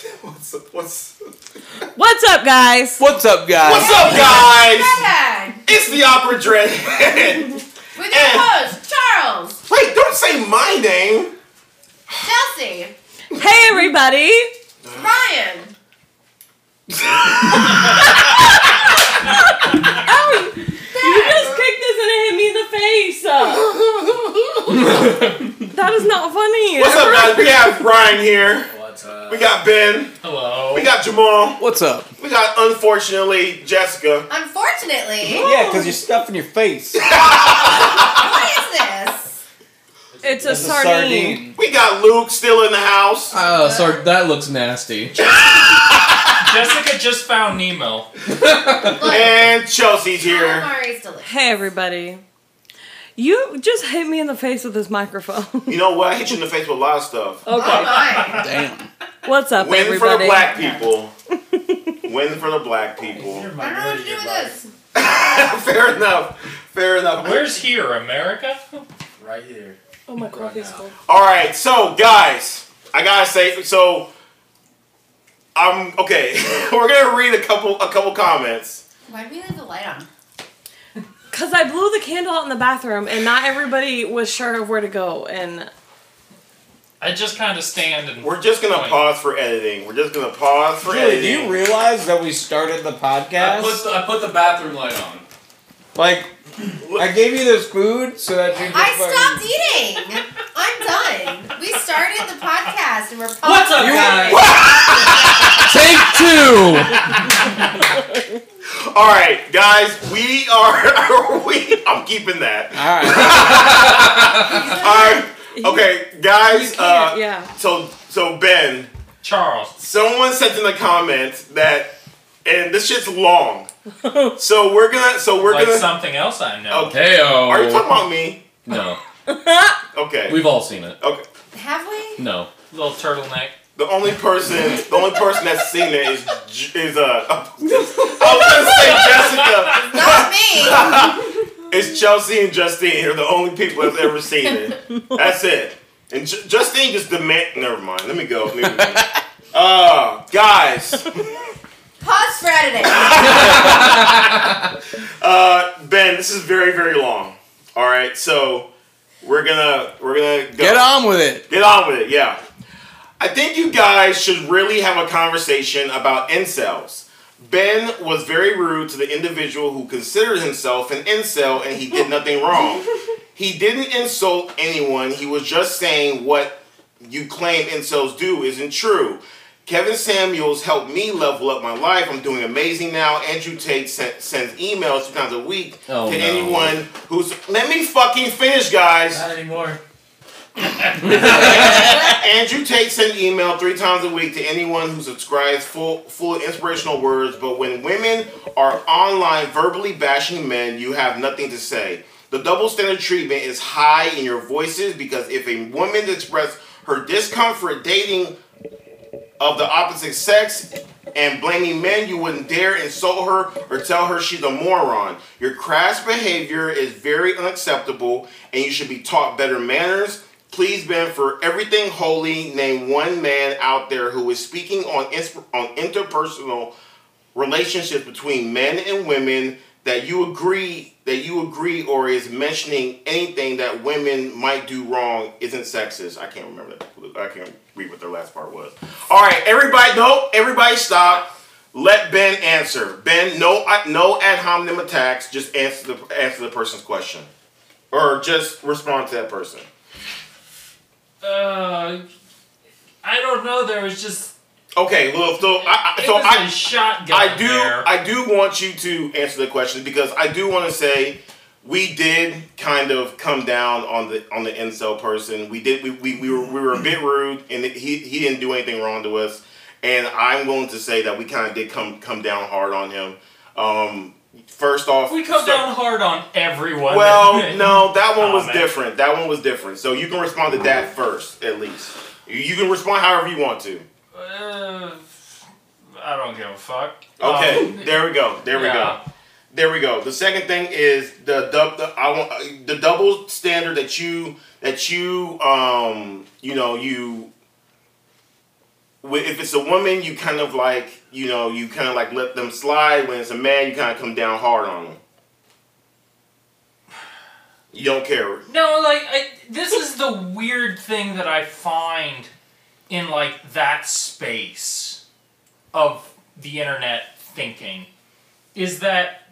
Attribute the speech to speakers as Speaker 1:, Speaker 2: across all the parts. Speaker 1: What's up? What's
Speaker 2: What's up, guys?
Speaker 3: What's up, guys?
Speaker 1: What's up, guys?
Speaker 4: Hi.
Speaker 1: It's the opera dread.
Speaker 4: With your
Speaker 1: Eh.
Speaker 4: host, Charles,
Speaker 1: Wait, don't say my name.
Speaker 4: Chelsea,
Speaker 2: Hey, everybody.
Speaker 4: Ryan.
Speaker 2: You just kicked this and it hit me in the face. that is not funny.
Speaker 1: What's up, guys? We have Brian here.
Speaker 5: What's up?
Speaker 1: We got Ben.
Speaker 5: Hello.
Speaker 1: uh, We got Jamal.
Speaker 3: What's up?
Speaker 1: We got unfortunately Jessica.
Speaker 4: Unfortunately,
Speaker 3: Yeah, because you're stuffing your face.
Speaker 4: what is this?
Speaker 2: It's a sardine.
Speaker 1: We got Luke still in the house.
Speaker 3: Oh, sorry. That looks nasty.
Speaker 5: Jessica just found Nemo.
Speaker 4: Look,
Speaker 1: And Chelsea's here.
Speaker 4: calamari is delicious.
Speaker 2: Hey, everybody. You just hit me in the face with this microphone.
Speaker 1: You know what? I hit you in the face with a lot of stuff.
Speaker 4: Oh
Speaker 2: okay.
Speaker 4: my.
Speaker 3: Damn.
Speaker 2: What's up,
Speaker 1: Win for the
Speaker 2: everybody?
Speaker 1: black people. Win for the black people.
Speaker 4: I don't know what to do with this.
Speaker 1: Fair enough. Fair enough.
Speaker 5: Where's here, America? Right here.
Speaker 2: Oh, my coffee's
Speaker 5: now.
Speaker 2: cold.
Speaker 1: All right, so guys, I gotta say, so I'm okay. We're gonna read a couple, a couple comments.
Speaker 4: Why did we leave the light on?
Speaker 2: Because I blew the candle out in the bathroom and not everybody was sure of where to go. And
Speaker 5: I just kind of stand and.
Speaker 1: We're just gonna
Speaker 5: Wait.
Speaker 1: pause for editing. We're just gonna pause for
Speaker 3: Really, do
Speaker 1: editing.
Speaker 3: you realize that we started the
Speaker 6: I put,
Speaker 3: podcast?
Speaker 6: the, I put the bathroom light on.
Speaker 3: Like, I gave you this food so that you could
Speaker 4: I
Speaker 3: fucking-
Speaker 4: stopped eating. I'm done. We started the podcast and we're pausing.
Speaker 6: What's up, guys?
Speaker 3: Take two!
Speaker 1: All right, guys, we are. we? I'm keeping that.
Speaker 3: Alright.
Speaker 1: All right, okay, guys.
Speaker 2: you
Speaker 1: Uh,
Speaker 2: can't, yeah.
Speaker 1: So, so Ben,
Speaker 5: Charles.
Speaker 1: someone sent in the comments that, and this shit's long. so we're gonna. So we're
Speaker 5: Like
Speaker 1: gonna.
Speaker 5: something else I know.
Speaker 1: Okay.
Speaker 6: Heyo.
Speaker 1: Are you talking about me?
Speaker 6: No.
Speaker 1: Okay.
Speaker 6: We've all seen it.
Speaker 1: okay.
Speaker 4: Have we?
Speaker 6: No.
Speaker 5: Little turtleneck.
Speaker 1: The only person, the only person that's seen it is J- is uh, I was gonna say
Speaker 4: Not me.
Speaker 1: Jessica. It's Chelsea and Justine. They're the only people that's ever seen it. That's it. And J- Justine just demand. Never mind. Let me go. Let me go. Uh, guys,
Speaker 4: Pause for editing.
Speaker 1: uh, Ben, this is very very long. All right, so we're gonna we're gonna go.
Speaker 3: Get on with it.
Speaker 1: Get on with it, yeah. I think you guys should really have a conversation about incels. Ben was very rude to the individual who considered himself an incel and he did nothing wrong. He didn't insult anyone, he was just saying what you claim incels do isn't true. Kevin Samuels helped me level up my life. I'm doing amazing now. Andrew Tate sen- sends emails two times a week
Speaker 6: Oh,
Speaker 1: to
Speaker 6: no.
Speaker 1: anyone who's. Let me fucking finish, guys.
Speaker 5: anymore.
Speaker 1: Andrew Tate sent email three times a week to anyone who subscribes full full of inspirational words, but when women are online verbally bashing men, you have nothing to say. The double standard treatment is high in your voices because if a woman expresses her discomfort dating of the opposite sex and blaming men, you wouldn't dare insult her or tell her she's a moron. Your crass behavior is very unacceptable and you should be taught better manners. Please, Ben, for everything holy, name one man out there who is speaking on, insp- on interpersonal relationships between men and women that you agree that you agree or is mentioning anything that women might do wrong isn't sexist. I can't remember that. I can't read what their last part was. All right, everybody, no, everybody, stop. Let Ben answer. Ben, no, no ad hominem attacks. Just answer the answer the person's question, or just respond to that person.
Speaker 5: Uh, I don't know. There was just.
Speaker 1: Okay, well, so I, I,
Speaker 5: It
Speaker 1: so
Speaker 5: was
Speaker 1: I
Speaker 5: a shotgun
Speaker 1: I do
Speaker 5: there.
Speaker 1: I do want you to answer the question because I do want to say we did kind of come down on the on the incel person. We did we, we, we were we were a bit rude and he he didn't do anything wrong to us. And I'm willing to say that we kind of did come come down hard on him. Um, first off,
Speaker 5: we come
Speaker 1: start-
Speaker 5: down hard on everyone.
Speaker 1: Well, no, that one was
Speaker 5: Comment.
Speaker 1: different. That one was different. So you can respond to that first, at least. You- You can respond however you want to.
Speaker 5: Uh, I don't give a fuck.
Speaker 1: Okay,
Speaker 5: Um,
Speaker 1: there we go. There we go.
Speaker 5: yeah.
Speaker 1: There we go. The second thing is the dub. The, I want uh, the double standard that you that you um you know you wi- if it's a woman, you kind of like you know you kind of like let them slide. When it's a man, you kind of come down hard on them. You don't care.
Speaker 5: No, like I, this is the weird thing that I find in like that space of the internet thinking is that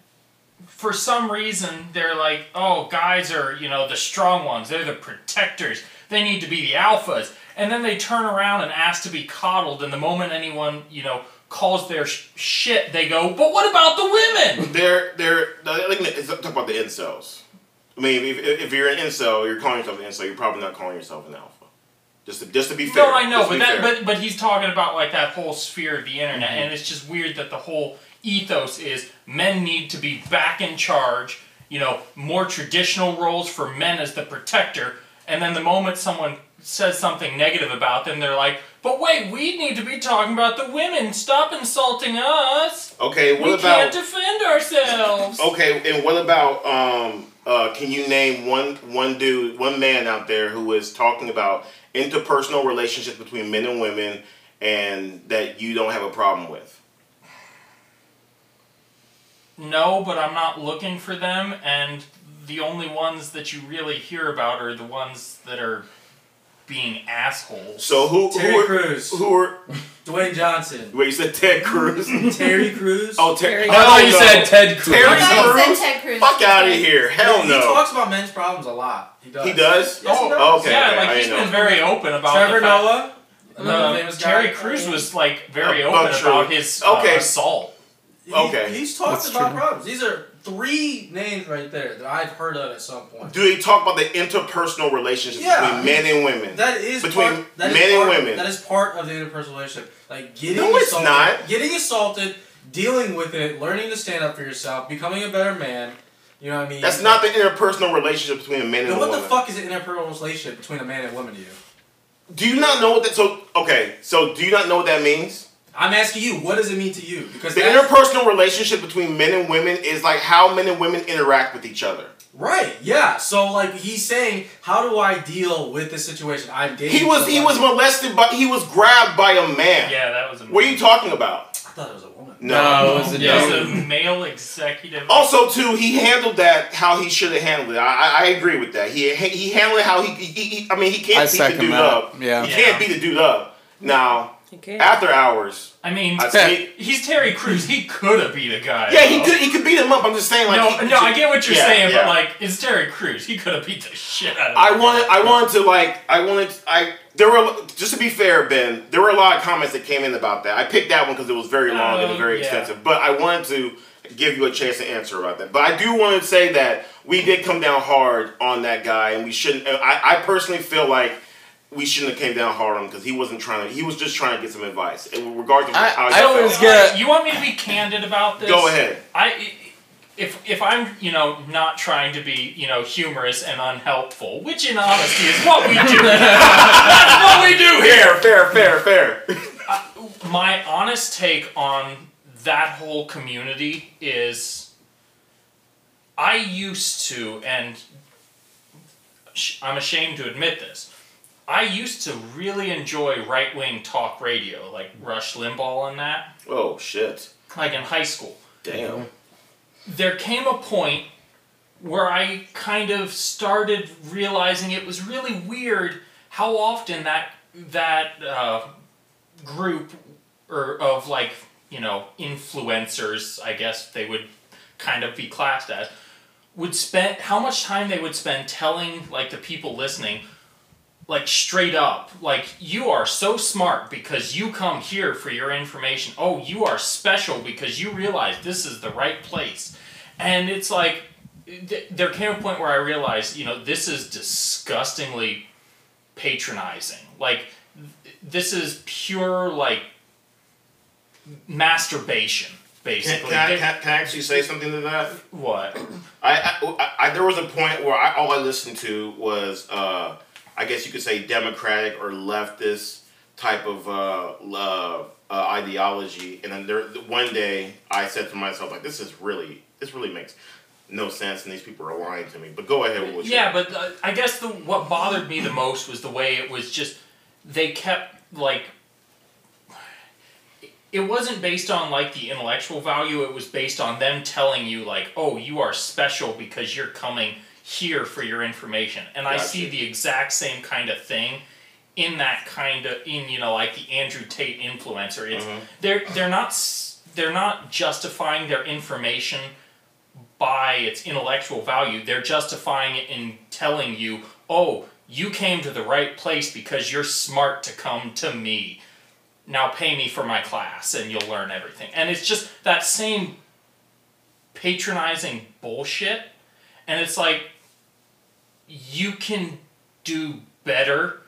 Speaker 5: for some reason they're like, oh, guys are you know the strong ones. They're the protectors. They need to be the alphas. And then they turn around and ask to be coddled. And the moment anyone you know calls their sh- shit, they go, but what about the women?
Speaker 1: They're they're like it's talk about the incels. I mean, if, if you're an incel, you're calling yourself an incel. You're probably not calling yourself an alpha. Just to, just to be fair.
Speaker 5: No, I know,
Speaker 1: just to
Speaker 5: but
Speaker 1: be
Speaker 5: that,
Speaker 1: fair. Mm-hmm.
Speaker 5: but but he's talking about like that whole sphere of the internet, and it's just weird that the whole ethos is men need to be back in charge. You know, more traditional roles for men as the protector, and then the moment someone says something negative about them, they're like, "But wait, we need to be talking about the women. Stop insulting us.
Speaker 1: okay,
Speaker 5: we
Speaker 1: what about Oh,
Speaker 5: can't defend ourselves."
Speaker 1: Okay, and what about um uh can you name one one dude, one man out there who is talking about interpersonal relationships between men and women and that you don't have a problem with?
Speaker 5: No, but I'm not looking for them, and the only ones that you really hear about are the ones that are being assholes.
Speaker 1: So who
Speaker 6: Terry
Speaker 1: who are,
Speaker 6: Crews.
Speaker 1: who are
Speaker 6: Dwayne Johnson.
Speaker 1: wait, you said Ted Cruz?
Speaker 6: Terry Crews.
Speaker 1: oh Terry
Speaker 2: Terry
Speaker 1: oh,
Speaker 2: Crews.
Speaker 6: I thought you
Speaker 1: no.
Speaker 6: said Ted Cruz.
Speaker 1: Terry
Speaker 4: I thought you
Speaker 1: Crews?
Speaker 4: said Ted Cruz.
Speaker 1: Fuck out of here. Hell
Speaker 6: he, He
Speaker 1: no.
Speaker 6: talks about men's problems a lot. He does.
Speaker 1: He does?
Speaker 6: Yes, he
Speaker 5: Oh,
Speaker 6: does.
Speaker 1: okay.
Speaker 5: yeah,
Speaker 1: I
Speaker 5: like he's
Speaker 1: know.
Speaker 5: been very open about
Speaker 6: Trevor
Speaker 5: the fact-
Speaker 6: Noah.
Speaker 5: Um,
Speaker 6: another famous guy.
Speaker 5: Terry Crews was like very
Speaker 1: Yeah,
Speaker 5: open
Speaker 1: Buck
Speaker 5: about
Speaker 1: Truth.
Speaker 5: his uh,
Speaker 1: Okay.
Speaker 5: assault.
Speaker 6: He-
Speaker 1: Okay.
Speaker 6: He's talked
Speaker 3: That's
Speaker 6: about
Speaker 3: true.
Speaker 6: problems. These are three names right there that I've heard of at some point.
Speaker 1: Do they talk about the interpersonal relationships
Speaker 6: Yeah.
Speaker 1: between men and women?
Speaker 6: That is
Speaker 1: Between
Speaker 6: part, that is
Speaker 1: men and
Speaker 6: part-
Speaker 1: women.
Speaker 6: That is part of the interpersonal relationship. Like getting
Speaker 1: No, it's
Speaker 6: assaulted,
Speaker 1: not.
Speaker 6: getting assaulted, dealing with it, learning to stand up for yourself, becoming a better man. You know what I mean?
Speaker 1: That's not the interpersonal relationship between a man and
Speaker 6: Then
Speaker 1: a
Speaker 6: what
Speaker 1: woman.
Speaker 6: the fuck is an interpersonal relationship between a man and a woman to you?
Speaker 1: Do you not know what that so okay, so do you not know what that means?
Speaker 6: I'm asking you, what does it mean to you? Because
Speaker 1: The
Speaker 6: that's-
Speaker 1: interpersonal relationship between men and women is like how men and women interact with each other.
Speaker 6: right, yeah. So like he's saying, how do I deal with this situation? I'm dating.
Speaker 1: He was he was
Speaker 6: somebody.
Speaker 1: molested by he was grabbed by a man.
Speaker 5: Yeah, that was a.
Speaker 1: What are you talking about?
Speaker 6: I thought it was a woman.
Speaker 3: No, it was a
Speaker 5: Yeah,
Speaker 3: dude.
Speaker 5: it's a male executive.
Speaker 1: Also, too, he handled that how he should have handled it. I, I, I agree with that. He he handled it how he, he, he I mean he
Speaker 3: I
Speaker 1: can't beat
Speaker 3: suck
Speaker 1: the
Speaker 3: him
Speaker 1: dude
Speaker 3: up.
Speaker 1: up.
Speaker 3: Yeah.
Speaker 1: He can't
Speaker 5: Yeah.
Speaker 1: beat the dude up. Now
Speaker 2: Okay.
Speaker 1: after hours,
Speaker 5: I mean,
Speaker 1: I see.
Speaker 5: he's Terry Crews. He could have beat a guy.
Speaker 1: Yeah, he
Speaker 5: though.
Speaker 1: could he could beat him up. I'm just saying like
Speaker 5: no,
Speaker 1: he-
Speaker 5: no, I get what you're
Speaker 1: Yeah,
Speaker 5: saying,
Speaker 1: yeah.
Speaker 5: but like, it's Terry Crews. He could have beat the shit out of.
Speaker 1: I
Speaker 5: him.
Speaker 1: wanted, I wanted to like, I wanted, I there were just to be fair, Ben, there were a lot of comments that came in about that. I picked that one because it was very long and it was
Speaker 5: Oh,
Speaker 1: very
Speaker 5: yeah.
Speaker 1: extensive, but I wanted to give you a chance to answer about that. But I do want to say that we did come down hard on that guy, and we shouldn't. and I, I personally feel like. We shouldn't have came down hard on him because he wasn't trying to. He was just trying to get some advice, in regards to
Speaker 3: I-
Speaker 1: how he
Speaker 3: I
Speaker 1: felt.
Speaker 3: always
Speaker 5: All
Speaker 3: get-
Speaker 5: right, You want me to be candid about this?
Speaker 1: Go ahead.
Speaker 5: I if if I'm you know not trying to be you know humorous and unhelpful, which in honesty is what we do. That's what we do here.
Speaker 1: Fair, fair, fair, fair.
Speaker 5: My honest take on that whole community is, I used to, and sh- I'm ashamed to admit this. I used to really enjoy right wing talk radio, like Rush Limbaugh and that,
Speaker 1: oh shit!
Speaker 5: like in high school.
Speaker 1: Damn.
Speaker 5: there came a point where I kind of started realizing it was really weird how often that that uh, group or of like you know influencers, I guess they would kind of be classed as, would spend how much time they would spend telling like the people listening like straight up like you are so smart because you come here for your information oh you are special because you realize this is the right place and it's like th- there came a point where i realized you know this is disgustingly patronizing like th- this is pure like masturbation
Speaker 1: Can,
Speaker 5: basically
Speaker 1: can, I,
Speaker 5: They-
Speaker 1: can, I- can I actually say something to that?
Speaker 5: what
Speaker 1: I, I, I there was a point where I, all I listened to was uh, I guess you could say democratic or leftist type of uh, uh, uh, ideology, and then there one day I said to myself like this is really this really makes no sense, and these people are lying to me. But go ahead with what you-
Speaker 5: yeah, but uh, I guess the what bothered me the most was the way it was just they kept like it wasn't based on like the intellectual value it was based on them telling you like oh you are special because you're coming here for your information and i
Speaker 1: Gotcha.
Speaker 5: see the exact same kind of thing in that kind of in you know like the andrew tate influencer it's they're they're not s- they're not justifying their information by its intellectual value they're justifying it in telling you oh you came to the right place because you're smart to come to me now pay me for my class and you'll learn everything. And it's just that same patronizing bullshit. And it's like, you can do better,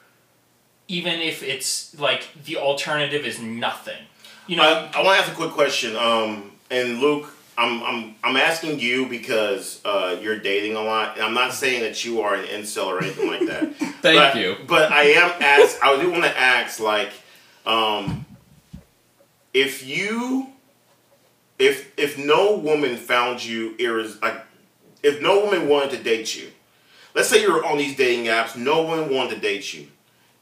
Speaker 5: even if it's like the alternative is nothing. You know,
Speaker 1: I, I want to ask a quick question. Um, and Luke, I'm I'm I'm asking you because uh, you're dating a lot, and I'm not saying that you are an incel or anything like that.
Speaker 7: Thank
Speaker 1: but,
Speaker 7: you.
Speaker 1: But I am ask. I do want to ask, like, um, if you, if if no woman found you iris, like, if no woman wanted to date you, let's say you're on these dating apps, no one wanted to date you.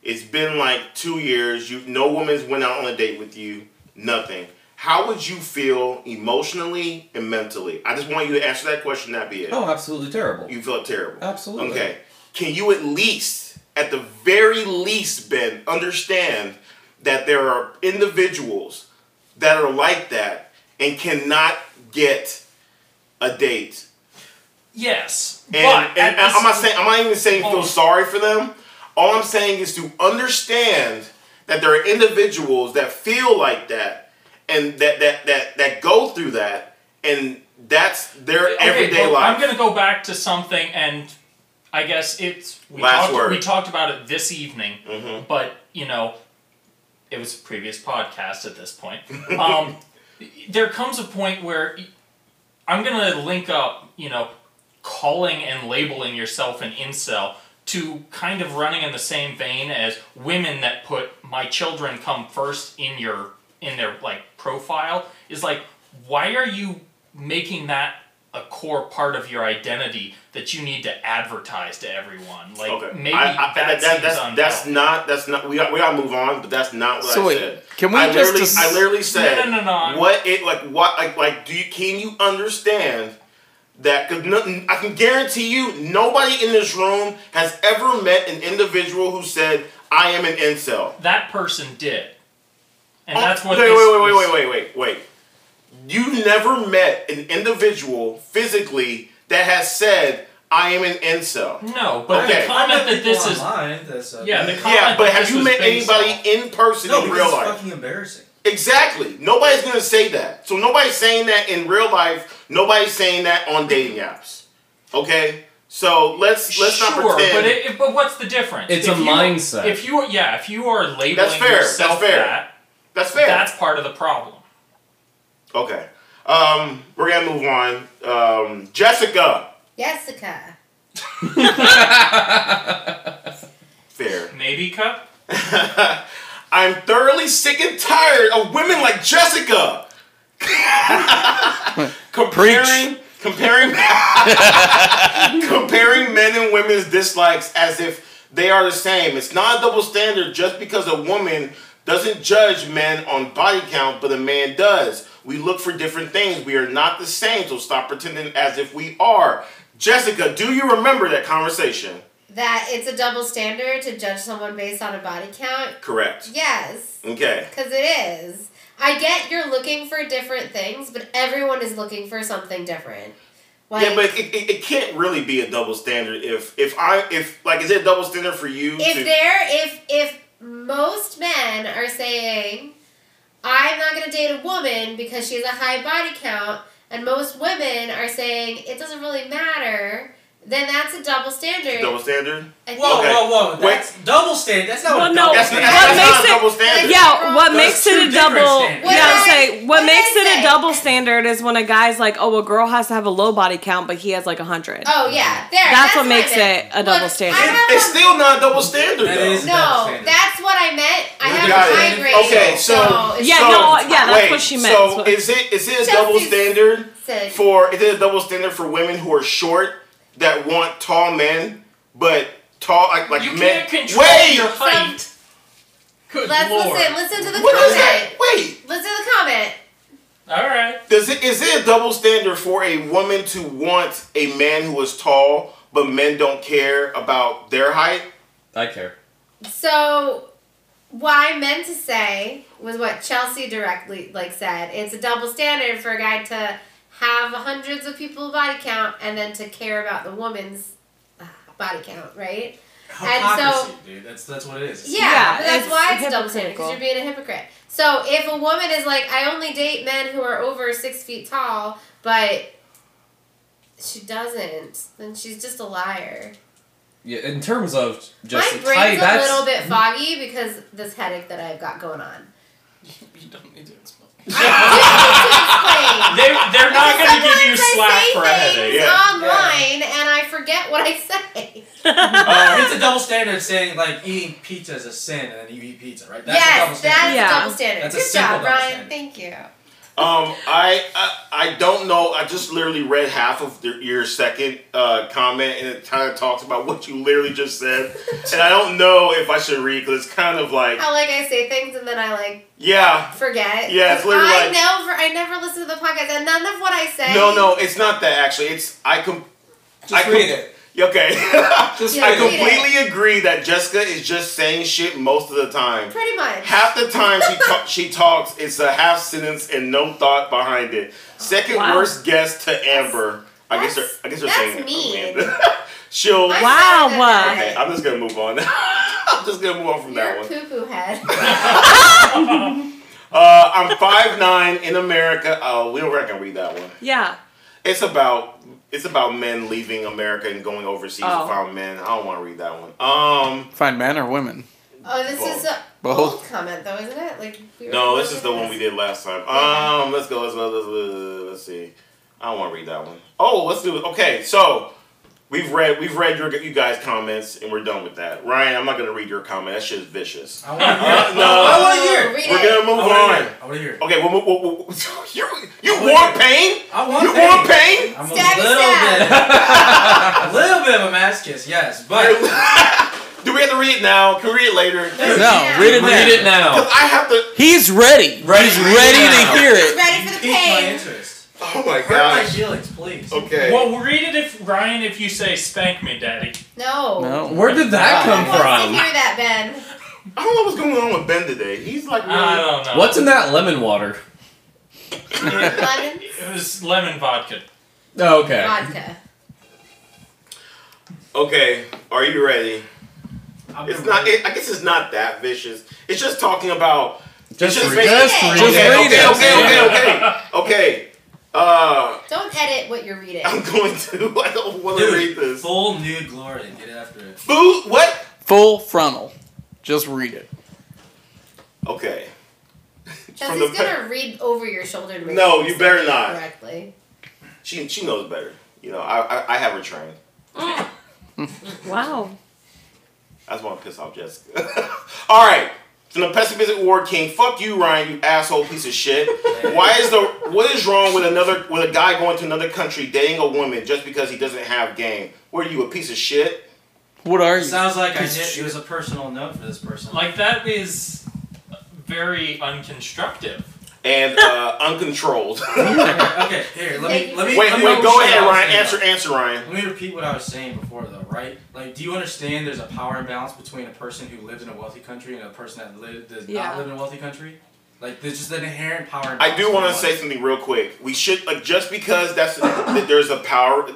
Speaker 1: It's been like two years. You, no woman's went out on a date with you. Nothing. How would you feel emotionally and mentally? I just want you to answer that question. That be it.
Speaker 7: Oh, absolutely terrible.
Speaker 1: You felt terrible.
Speaker 7: Absolutely.
Speaker 1: Okay. Can you at least, at the very least, Ben, understand that there are individuals that are like that and cannot get a date?
Speaker 5: yes.
Speaker 1: And,
Speaker 5: but
Speaker 1: and
Speaker 5: at the
Speaker 1: I'm not
Speaker 5: s-
Speaker 1: saying I'm not even saying feel
Speaker 5: Oh.
Speaker 1: sorry for them. All I'm saying is to understand that there are individuals that feel like that and that that that that go through that and that's their everyday
Speaker 5: well,
Speaker 1: life.
Speaker 5: I'm gonna go back to something, and I guess it's we
Speaker 1: Last
Speaker 5: talked,
Speaker 1: word.
Speaker 5: We talked about it this evening,
Speaker 1: Mhm.
Speaker 5: but you know, it was a previous podcast at this point. Um, there comes a point where I'm gonna link up, you know, calling and labeling yourself an incel to kind of running in the same vein as women that put my children come first in your in their like profile is like why are you making that a core part of your identity that you need to advertise to everyone like
Speaker 1: Okay.
Speaker 5: maybe
Speaker 1: I, I,
Speaker 5: that,
Speaker 1: that,
Speaker 5: seems
Speaker 1: that's, that's
Speaker 5: unhealthy.
Speaker 1: not that's not we got we gotta move on, but that's not what
Speaker 7: So
Speaker 1: I
Speaker 7: wait,
Speaker 1: said.
Speaker 7: can we
Speaker 1: I
Speaker 7: just
Speaker 1: literally,
Speaker 7: dis-
Speaker 1: I literally said
Speaker 5: no, no, no.
Speaker 1: what it like what like like do you can you understand that because no, I can guarantee you nobody in this room has ever met an individual who said I am an incel.
Speaker 5: that person did and
Speaker 1: Oh,
Speaker 5: that's what
Speaker 1: wait,
Speaker 5: this
Speaker 1: wait, wait, wait,
Speaker 5: was-
Speaker 1: wait, wait, wait. You never met an individual physically that has said I am an incel.
Speaker 5: no but
Speaker 1: Okay.
Speaker 5: the comment that this is
Speaker 6: online, that's, uh,
Speaker 5: yeah the comment
Speaker 1: Yeah, but
Speaker 5: that
Speaker 1: have
Speaker 5: this
Speaker 1: you
Speaker 5: was
Speaker 1: met
Speaker 5: based
Speaker 1: anybody
Speaker 5: on-
Speaker 1: in person
Speaker 6: no,
Speaker 1: in
Speaker 6: because
Speaker 1: real
Speaker 6: it's
Speaker 1: life?
Speaker 6: fucking embarrassing.
Speaker 1: Exactly. Nobody's gonna say that. So nobody's saying that in real life. Nobody's saying that on dating apps. Okay. So let's let's
Speaker 5: sure,
Speaker 1: not pretend.
Speaker 5: But, it, it- but what's the difference?
Speaker 7: It's
Speaker 5: If
Speaker 7: a
Speaker 5: you-
Speaker 7: mindset.
Speaker 5: If you yeah, if you are labeling
Speaker 1: fair, that's
Speaker 5: yourself
Speaker 1: fair.
Speaker 5: that,
Speaker 1: that's fair.
Speaker 5: that's part of the problem.
Speaker 1: okay. Um, we're gonna move on. Um, Jessica.
Speaker 4: Jessica.
Speaker 1: Fair.
Speaker 5: Maybe cup.
Speaker 1: I'm thoroughly sick and tired of women like Jessica. comparing comparing comparing men and women's dislikes as if they are the same. It's not a double standard just because a woman doesn't judge men on body count, but a man does. We look for different things. We are not the same, so stop pretending as if we are. Jessica, do you remember that conversation?
Speaker 4: That it's a double standard to judge someone based on a body count.
Speaker 1: Correct.
Speaker 4: Yes,
Speaker 1: Okay.
Speaker 4: because it is. I get you're looking for different things, but everyone is looking for something different. Like,
Speaker 1: yeah, but it, it, it can't really be a double standard if if I if like is it a double standard for you? to,
Speaker 4: if they're if if most men are saying i'm not going to date a woman because she has a high body count and most women are saying it doesn't really matter then that's a double standard
Speaker 1: double standard?
Speaker 4: I think-
Speaker 6: Whoa,
Speaker 1: Okay.
Speaker 6: whoa, whoa! That's double standard. That's not
Speaker 2: Well,
Speaker 6: what
Speaker 2: no,
Speaker 6: double
Speaker 1: That's,
Speaker 2: What
Speaker 1: that's, that's not a
Speaker 6: standard.
Speaker 2: makes it-
Speaker 1: double standard.
Speaker 2: Yeah, what
Speaker 6: Those
Speaker 2: makes
Speaker 6: two
Speaker 2: it a
Speaker 6: different
Speaker 2: double?
Speaker 6: standards.
Speaker 2: Yeah, I would
Speaker 4: What did I-
Speaker 2: say
Speaker 4: what
Speaker 2: what
Speaker 4: did
Speaker 2: makes
Speaker 4: I
Speaker 2: it
Speaker 4: say?
Speaker 2: a double standard is when a guy's like, "Oh, a girl has to have a low body count, but he has like a hundred.
Speaker 4: oh yeah there
Speaker 2: That's what
Speaker 4: I
Speaker 2: makes
Speaker 4: meant.
Speaker 2: it a double
Speaker 4: Look,
Speaker 2: standard.
Speaker 4: I have
Speaker 1: It's
Speaker 4: a-
Speaker 1: still not a double standard
Speaker 6: That
Speaker 1: though.
Speaker 6: is- Double
Speaker 4: no
Speaker 6: standard.
Speaker 4: that's what i meant i
Speaker 6: You
Speaker 4: have a
Speaker 6: got it.
Speaker 4: high grade
Speaker 1: Okay, so-
Speaker 4: it's
Speaker 1: so,
Speaker 2: Yeah, no, yeah, that's
Speaker 1: wait,
Speaker 2: what she meant.
Speaker 1: So
Speaker 2: That's what-
Speaker 1: is it is it a
Speaker 4: Chelsea's-
Speaker 1: double standard
Speaker 4: said-
Speaker 1: for is it a double standard for women who are short that want tall men but tall like like
Speaker 5: you
Speaker 1: men?
Speaker 5: can't control
Speaker 1: wait,
Speaker 5: your height. Good
Speaker 4: let's
Speaker 5: lord.
Speaker 4: listen listen to the
Speaker 1: what is
Speaker 4: comment
Speaker 1: that? Wait,
Speaker 4: listen to the
Speaker 1: it, is it a double standard for a woman to want a man who is tall, but men don't care about their height?
Speaker 6: I care.
Speaker 4: So, what I meant to say was what Chelsea directly like said. It's a double standard for a guy to have hundreds of people body count and then to care about the woman's uh, body count, right?
Speaker 6: Hypocrisy, dude. That's that's what it is.
Speaker 4: Yeah,
Speaker 2: Yeah,
Speaker 4: but that's
Speaker 2: it's
Speaker 4: why it's a double standard
Speaker 2: hypocritical.
Speaker 4: because you're being a hypocrite. So if a woman is like, I only date men who are over six feet tall, but she doesn't, then she's just a liar.
Speaker 7: Yeah, in terms of just
Speaker 4: My
Speaker 7: the
Speaker 4: brain's
Speaker 7: type,
Speaker 4: a
Speaker 7: that's
Speaker 4: little bit foggy because this headache that I've got going on.
Speaker 5: You don't need to explain.
Speaker 4: I do need to explain.
Speaker 5: They, they're not going to give you
Speaker 4: Sometimes I say
Speaker 5: slack for a
Speaker 4: things
Speaker 5: headache.
Speaker 1: Yeah.
Speaker 4: Online, and I forget what I say.
Speaker 1: Um,
Speaker 6: it's a double standard saying like eating pizza is a sin and then you eat pizza, right? That's a double
Speaker 4: yes,
Speaker 6: standard.
Speaker 4: that's
Speaker 2: Yeah.
Speaker 4: a double standard.
Speaker 6: That's a
Speaker 4: Good
Speaker 6: simple
Speaker 4: job,
Speaker 6: double
Speaker 4: Ryan.
Speaker 6: standard.
Speaker 4: Thank you.
Speaker 1: Um, I, I I don't know. I just literally read half of the, your second uh, comment, and it kind of talks about what you literally just said, and I don't know if I should read because it's kind of like,
Speaker 3: Oh.
Speaker 4: How like I say things and then I like
Speaker 1: yeah,
Speaker 4: forget.
Speaker 1: Yeah, it's literally
Speaker 4: I
Speaker 1: like-
Speaker 4: never, I never listen to the podcast, and none of what I say.
Speaker 1: no, no, it's not that actually. It's I com-
Speaker 3: Just
Speaker 1: I
Speaker 3: read
Speaker 1: com-
Speaker 3: it.
Speaker 1: okay.
Speaker 3: Just
Speaker 4: Yeah,
Speaker 1: I
Speaker 3: read it.
Speaker 4: read it.
Speaker 1: completely agree that Jessica is just saying shit most of the time.
Speaker 4: Pretty much.
Speaker 1: Half the time she ta- she talks, it's a half sentence and no thought behind it. Second
Speaker 2: Wow.
Speaker 1: worst guest to Amber. I guess they're,
Speaker 4: That's-
Speaker 1: I guess they're
Speaker 4: that's
Speaker 1: saying
Speaker 4: mean.
Speaker 1: Amanda. She'll.
Speaker 2: Wow,
Speaker 4: I'm
Speaker 2: what?
Speaker 4: sorry that-
Speaker 1: Okay, I'm just gonna move on. I'm just gonna move on from that
Speaker 4: You're a
Speaker 1: one.
Speaker 4: poo poo head.
Speaker 1: Uh, I'm five nine in America. Oh, we don't reckon read that one.
Speaker 2: Yeah.
Speaker 1: It's about it's about men leaving America and going overseas
Speaker 2: Oh.
Speaker 1: to find men. I don't want to read that one. Um,
Speaker 8: Find men or women.
Speaker 4: Oh, this is a
Speaker 8: Both.
Speaker 4: old comment though, isn't it? Like we were
Speaker 1: no, this
Speaker 4: looking
Speaker 1: is the
Speaker 4: at
Speaker 1: one we
Speaker 4: this.
Speaker 1: did last time. Um, let's go. Let's go. Let's, let's, let's see. I don't want to read that one. Oh, let's do it. Okay, so we've read we've read your you guys comments and we're done with that. Ryan, I'm not gonna read your comment. That shit is vicious.
Speaker 6: I want to hear.
Speaker 1: Uh,
Speaker 6: it.
Speaker 1: no,
Speaker 6: wanna hear it.
Speaker 4: Read
Speaker 1: we're
Speaker 4: it.
Speaker 1: gonna
Speaker 6: I
Speaker 1: move
Speaker 6: wanna
Speaker 1: on.
Speaker 6: hear it. I want to hear. it.
Speaker 1: Okay, well, well, well, well, you you
Speaker 6: I
Speaker 1: want pain?
Speaker 6: I want.
Speaker 1: You
Speaker 6: pain.
Speaker 1: want pain?
Speaker 6: I'm a
Speaker 4: Stabby
Speaker 6: little
Speaker 4: stab.
Speaker 6: bit, a little bit of a masochist, yes, but
Speaker 1: Do we have to read it now? Can we read it later?
Speaker 8: No,
Speaker 4: Yeah.
Speaker 8: read it now.
Speaker 7: read it now.
Speaker 1: 'Cause I have to.
Speaker 8: He's ready.
Speaker 7: Ready
Speaker 8: He's
Speaker 7: to
Speaker 8: ready
Speaker 7: now.
Speaker 8: to hear it.
Speaker 4: Ready for the
Speaker 6: pique my
Speaker 4: pain.
Speaker 6: interest.
Speaker 1: Oh my
Speaker 6: Hurt my
Speaker 1: gosh.
Speaker 6: feelings, please.
Speaker 1: Okay.
Speaker 5: Well, read it if Ryan, if you say "spank me, daddy."
Speaker 4: No.
Speaker 8: No.
Speaker 7: Where did that
Speaker 4: Who
Speaker 7: come
Speaker 4: wants to
Speaker 7: from?
Speaker 4: hear that, Ben?
Speaker 1: I don't know what's going on with Ben today. He's like really.
Speaker 5: I don't know.
Speaker 7: What's in that lemon water?
Speaker 4: Lemon
Speaker 5: It was lemon vodka.
Speaker 7: Oh, okay.
Speaker 4: vodka.
Speaker 1: okay, are you ready?
Speaker 6: I'm
Speaker 1: It's
Speaker 6: gonna
Speaker 1: not.
Speaker 6: read
Speaker 1: It, I guess it's not that vicious. It's just talking about.
Speaker 7: Just
Speaker 1: it's
Speaker 7: read
Speaker 4: read
Speaker 7: it.
Speaker 4: it.
Speaker 1: okay,
Speaker 8: Just read
Speaker 1: okay,
Speaker 8: it.
Speaker 1: okay, okay, okay, okay. Uh,
Speaker 4: Don't edit what you're reading.
Speaker 1: I'm going to. I don't want to
Speaker 6: Dude.
Speaker 1: read this.
Speaker 6: Full nude glory. Get after it.
Speaker 1: Food? What?
Speaker 8: Full frontal. Just read it.
Speaker 1: Okay. From the
Speaker 4: Chelsea's gonna read over your shoulder. to make
Speaker 1: No,
Speaker 4: sure
Speaker 1: you
Speaker 4: you're
Speaker 1: better
Speaker 4: saying it
Speaker 1: not.
Speaker 4: Correctly.
Speaker 1: She she knows better. You know, I I, I have her trained.
Speaker 2: Wow.
Speaker 1: I just want to piss off Jessica. All right. From the pessimistic war king, fuck you, Ryan, you asshole piece of shit. Why is the what is wrong with another with a guy going to another country dating a woman just because he doesn't have game? What are you, a piece of shit?
Speaker 8: What are
Speaker 6: It
Speaker 8: you?
Speaker 6: sounds like I
Speaker 8: Piece of
Speaker 6: did.
Speaker 8: shit.
Speaker 6: It was a personal note for this person.
Speaker 5: Like that is very unconstructive.
Speaker 1: And uh, uncontrolled. wait,
Speaker 6: okay, here. Let me. Let me. let me
Speaker 1: wait,
Speaker 6: repeat
Speaker 1: go
Speaker 6: what I
Speaker 1: ahead,
Speaker 6: was
Speaker 1: Ryan.
Speaker 6: saying.
Speaker 1: Answer, answer, Ryan.
Speaker 6: Let me repeat what I was saying before, though. Right? Like, do you understand? There's a power imbalance between a person who lives in a wealthy country and a person that live, does
Speaker 2: Yeah.
Speaker 6: not live in a wealthy country. Like, there's just an inherent power.
Speaker 1: I
Speaker 6: imbalance
Speaker 1: do want
Speaker 6: in
Speaker 1: to
Speaker 6: life.
Speaker 1: say something real quick. We should like just because that's that there's a power,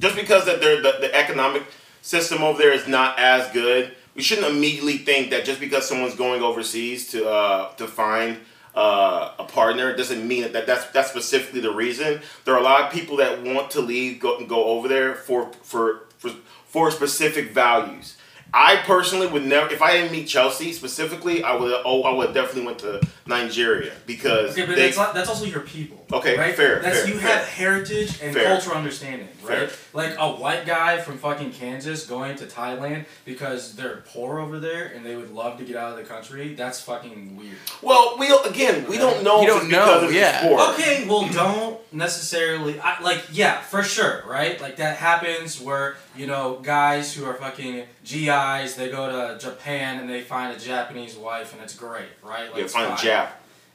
Speaker 1: just because that there the, the economic system over there is not as good. We shouldn't immediately think that just because someone's going overseas to uh, to find uh, a partner doesn't mean that that's that's specifically the reason. There are a lot of people that want to leave go go over there for for for, for specific values. I personally would never, if I didn't meet Chelsea specifically, I would oh I would definitely went to Nigeria because
Speaker 6: Okay, but
Speaker 1: they,
Speaker 6: that's, not, that's also your people.
Speaker 1: Okay,
Speaker 6: right?
Speaker 1: fair,
Speaker 6: That's
Speaker 1: fair,
Speaker 6: you
Speaker 1: fair.
Speaker 6: have heritage and
Speaker 1: Fair.
Speaker 6: cultural understanding, right?
Speaker 1: Fair.
Speaker 6: Like a white guy from fucking Kansas going to Thailand because they're poor over there and they would love to get out of the country. That's fucking weird.
Speaker 1: Well, we don't- again, we don't know if
Speaker 8: You don't
Speaker 1: it's
Speaker 8: know,
Speaker 1: because of the
Speaker 8: yeah.
Speaker 1: sport.
Speaker 6: Okay, well, don't necessarily. I, like, yeah, for sure, right? Like, that happens where, you know, guys who are fucking GIs, they go to Japan and they find a Japanese wife and it's great, right? Like,
Speaker 1: Yeah,
Speaker 6: it's
Speaker 1: find a
Speaker 6: fine.
Speaker 1: Jap.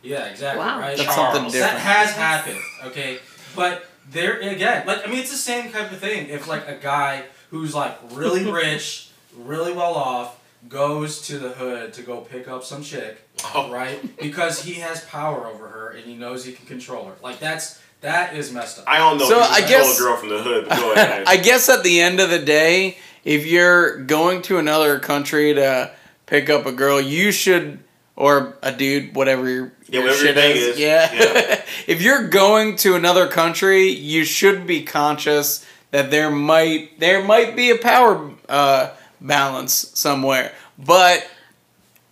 Speaker 6: Yeah, exactly.
Speaker 2: Wow.
Speaker 6: Right.
Speaker 8: That's
Speaker 5: Charles.
Speaker 8: something
Speaker 6: That
Speaker 8: different.
Speaker 6: has happened, okay? But there again, like I mean, it's the same type of thing. If like a guy who's like really rich, really well off, goes to the hood to go pick up some chick,
Speaker 1: Oh.
Speaker 6: right? Because he has power over her and he knows he can control her. Like that's that is messed up.
Speaker 1: I don't know.
Speaker 8: So,
Speaker 1: if you
Speaker 8: I
Speaker 1: can
Speaker 8: guess-
Speaker 1: call a girl from the hood. But go ahead.
Speaker 8: I guess at the end of the day, if you're going to another country to pick up a girl, you should or a dude, whatever your,
Speaker 1: Yeah,
Speaker 8: your
Speaker 1: whatever your
Speaker 8: shit
Speaker 1: thing
Speaker 8: is.
Speaker 1: is.
Speaker 8: Yeah.
Speaker 1: Yeah.
Speaker 8: if you're going to another country, you should be conscious that there might there might be a power uh, balance somewhere. But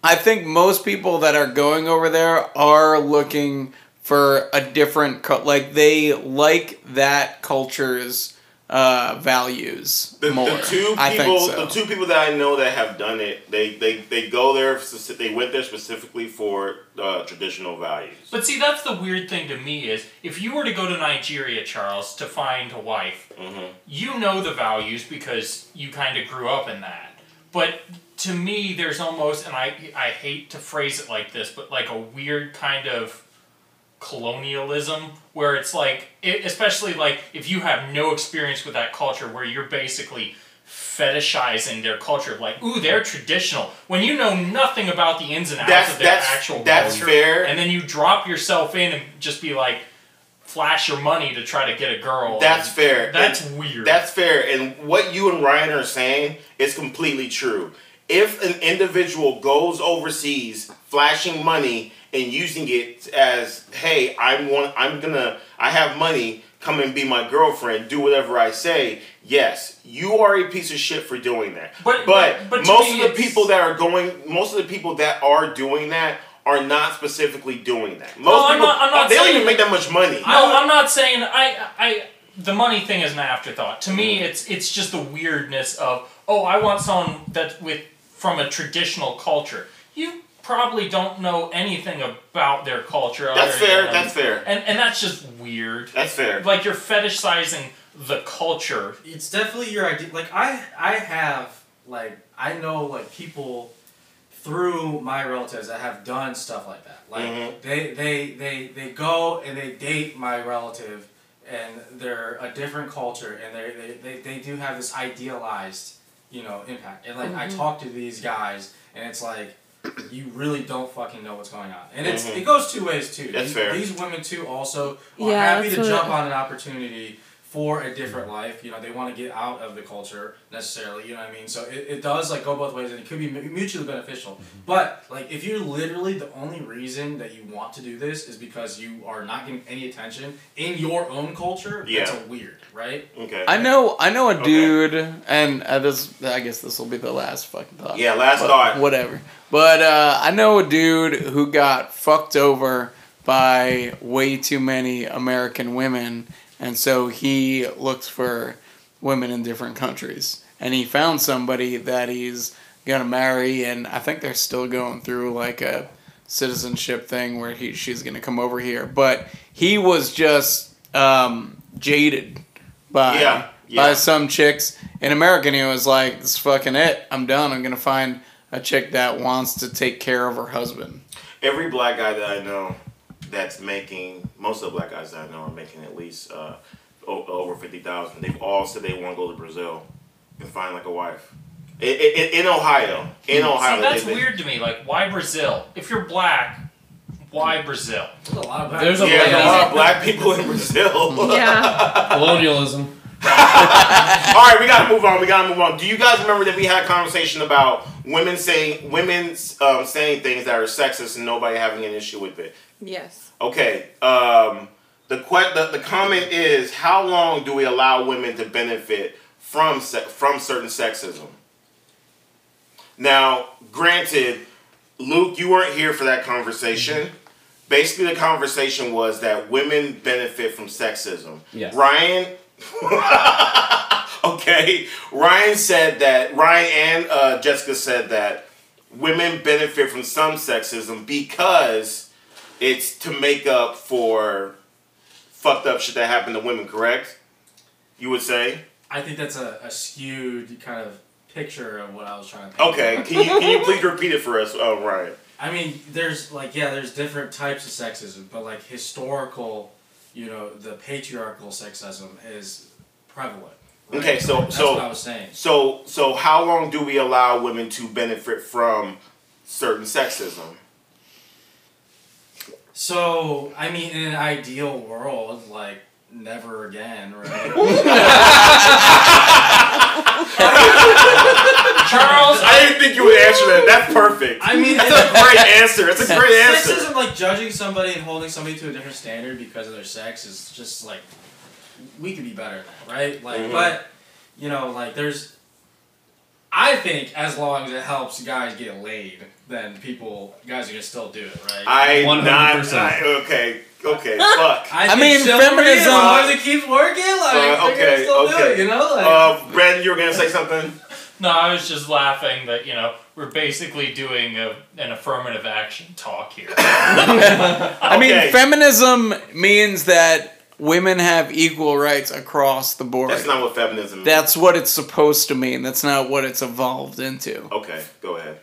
Speaker 8: I think most people that are going over there are looking for a different cul- like they like that culture's uh, values
Speaker 1: the,
Speaker 8: more.
Speaker 1: the two people,
Speaker 8: I think
Speaker 1: the
Speaker 8: so.
Speaker 1: two people that I know that have done it, they they, they go there. speci- They went there specifically for uh, traditional values.
Speaker 5: But see, that's the weird thing to me is if you were to go to Nigeria, Charles, to find a wife,
Speaker 1: Mhm.
Speaker 5: you know the values because you kind of grew up in that. But to me, there's almost, and I I hate to phrase it like this, but like a weird kind of colonialism where it's like, it, especially like if you have no experience with that culture, where you're basically fetishizing their culture, like ooh, they're traditional, when you know nothing about the ins and outs
Speaker 1: That's
Speaker 5: of their
Speaker 1: that's
Speaker 5: actual
Speaker 1: that's
Speaker 5: culture
Speaker 1: fair.
Speaker 5: and then you drop yourself in and just be like flash your money to try to get a girl
Speaker 1: That's
Speaker 5: And
Speaker 1: fair.
Speaker 5: that's
Speaker 1: And
Speaker 5: weird
Speaker 1: That's fair. And what you and Ryan are saying is completely true. If an individual goes overseas flashing money and using it as, hey, I'm one I'm gonna I have money, come and be my girlfriend, do whatever I say, yes, you are a piece of shit for doing that.
Speaker 5: But-
Speaker 1: but,
Speaker 5: but- but to
Speaker 1: most
Speaker 5: me,
Speaker 1: of the
Speaker 5: it's-
Speaker 1: people that are going most of the people that are doing that are not specifically doing that. Most
Speaker 5: I'm
Speaker 1: people
Speaker 5: not- I'm not
Speaker 1: they don't
Speaker 5: saying-
Speaker 1: even make that much money.
Speaker 5: no i'm not saying i i the money thing is an afterthought to me it's it's just the weirdness of oh i want someone that with from a traditional culture you probably don't know anything about their culture
Speaker 1: That's
Speaker 5: other
Speaker 1: fair,
Speaker 5: than-
Speaker 1: that's fair.
Speaker 5: and and that's just weird
Speaker 1: That's fair.
Speaker 5: like you're fetishizing the culture
Speaker 6: it's definitely your idea. Like I, I have like I know like people through my relatives that have done stuff like that. Like
Speaker 1: Mhm.
Speaker 6: they, they, they, they go and they date my relative, and they're a different culture, and they, they, they, they do have this idealized, you know, impact. And like I
Speaker 2: Mm-hmm.
Speaker 6: talk to these guys, and it's like. You really don't fucking know what's going on, and it's
Speaker 1: Mhm.
Speaker 6: it goes two ways too.
Speaker 1: That's
Speaker 6: these,
Speaker 1: fair.
Speaker 6: These women too also are
Speaker 2: Yeah,
Speaker 6: happy
Speaker 2: that's
Speaker 6: to
Speaker 2: what-
Speaker 6: jump on an opportunity for a different life. You know, they want to get out of the culture necessarily. You know what I mean? So it, it does like go both ways, and it could be mu- mutually beneficial.
Speaker 1: Mm-hmm.
Speaker 6: But like, if you're literally the only reason that you want to do this is because you are not getting any attention in your own culture, that's
Speaker 1: Yeah.
Speaker 6: a weird, right?
Speaker 1: Okay.
Speaker 8: I know, I know a
Speaker 1: Okay.
Speaker 8: dude, and uh, this, I guess this will be the last fucking thought.
Speaker 1: Yeah, last
Speaker 8: But
Speaker 1: thought.
Speaker 8: Whatever. But uh, I know a dude who got fucked over by way too many American women, and so he looks for women in different countries, and he found somebody that he's gonna marry, and I think they're still going through like a citizenship thing where he she's gonna come over here, but he was just um, jaded
Speaker 5: Uh,
Speaker 8: by
Speaker 1: Yeah, yeah.
Speaker 8: by some chicks in America, and he was like, "This is fucking it. I'm done. I'm gonna find a chick that wants to take care of her husband."
Speaker 1: Every black guy that I know that's making most of the black guys that I know are making at least uh, o- over fifty thousand. They've all said they want to go to Brazil and find like a wife. I- I- I- In Ohio, in Ohio,
Speaker 5: See, that's
Speaker 1: they- they-
Speaker 5: weird to me. Like, why Brazil? If you're black, why Brazil?
Speaker 6: There's a lot of
Speaker 7: There's a
Speaker 1: Yeah, there's a lot of
Speaker 7: lot
Speaker 1: black people in Brazil.
Speaker 2: Yeah.
Speaker 7: of colonialism.
Speaker 1: All right, we gotta move on. We gotta move on. Do you guys remember that we had a conversation about women saying women um, saying things that are sexist and nobody having an issue with it?
Speaker 2: yes.
Speaker 1: Okay. Um, the, que- the the comment is how long do we allow women to benefit from se- from certain sexism? Now, granted, Luke, you weren't here for that conversation. Basically, the conversation was that women benefit from sexism.
Speaker 7: Yes.
Speaker 1: Ryan. okay. Ryan said that. Ryan and uh, Jessica said that women benefit from some sexism because it's to make up for fucked up shit that happened to women. Correct? You would say.
Speaker 6: I think that's a, a skewed kind of picture of what I was trying to. Paint.
Speaker 1: Okay. Can you can you please repeat it for us, uh, Ryan?
Speaker 6: I mean, there's like yeah, there's different types of sexism, but like historical, you know, the patriarchal sexism is prevalent. right?
Speaker 1: Okay, so-
Speaker 6: that's
Speaker 1: so-
Speaker 6: what I was saying.
Speaker 1: So, so how long do we allow women to benefit from certain sexism?
Speaker 6: So I mean, in an ideal world, like never again, right?
Speaker 5: Charles,
Speaker 1: I didn't think you would answer that. That's perfect.
Speaker 6: I mean,
Speaker 1: That's a great answer. That's a great answer.
Speaker 6: Sexism, like judging somebody and holding somebody to a different standard because of their sex, is just like we could be better than that, right? Like,
Speaker 1: Mhm.
Speaker 6: but you know, like there's. I think as long as it helps guys get laid, then people guys are gonna still do it, right?
Speaker 1: I not.
Speaker 7: 100%.
Speaker 1: I, okay. Okay. Fuck.
Speaker 6: I,
Speaker 8: mean,
Speaker 6: think chivalry, As
Speaker 8: feminism-
Speaker 6: long as it keeps working,
Speaker 1: Uh,
Speaker 6: like they're
Speaker 1: okay,
Speaker 6: gonna still
Speaker 1: okay.
Speaker 6: do it, you know. Like,
Speaker 1: Uh, Brandon, you were gonna say something.
Speaker 5: no, I was just laughing that you know we're basically doing a, an affirmative action talk here.
Speaker 8: I
Speaker 1: Okay.
Speaker 8: mean, feminism means that women have equal rights across the board.
Speaker 1: That's not what feminism. Means.
Speaker 8: That's what it's supposed to mean. That's not what it's evolved into.
Speaker 1: Okay. Go ahead.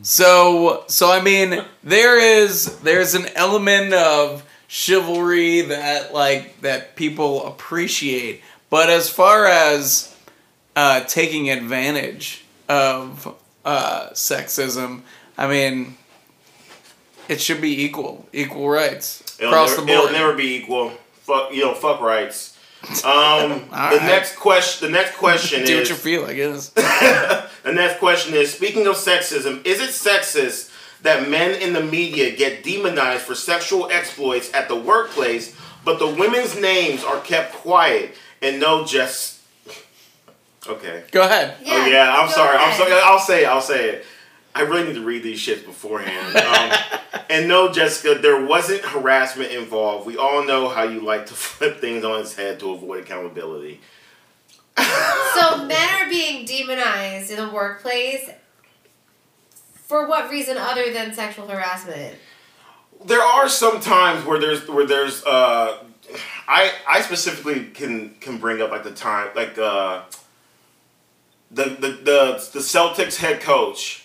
Speaker 8: So, so I mean, there is there's an element of chivalry that like that people appreciate, but as far as uh, taking advantage of uh, sexism, I mean, it should be equal, equal rights
Speaker 1: It'll
Speaker 8: across
Speaker 1: never,
Speaker 8: the board.
Speaker 1: It'll never be equal. Fuck. You know. Fuck rights. Um, the
Speaker 8: right.
Speaker 1: next question. The next question
Speaker 8: Do what
Speaker 1: is.
Speaker 8: you feel, I guess.
Speaker 1: The next question is speaking of sexism, is it sexist that men in the media get demonized for sexual exploits at the workplace, but the women's names are kept quiet and no just Okay.
Speaker 8: Go ahead.
Speaker 1: oh yeah, I'm
Speaker 4: go
Speaker 1: sorry. I'm
Speaker 4: ahead.
Speaker 1: sorry. I'll say it. I'll say it. I really need to read these shits beforehand. Um, and no, Jessica, there wasn't harassment involved. We all know how you like to flip things on its head to avoid accountability.
Speaker 4: So men are being demonized in the workplace for what reason other than sexual harassment?
Speaker 1: there are some times where there's where there's uh I I specifically can can bring up like the time like uh the the the, the Celtics head coach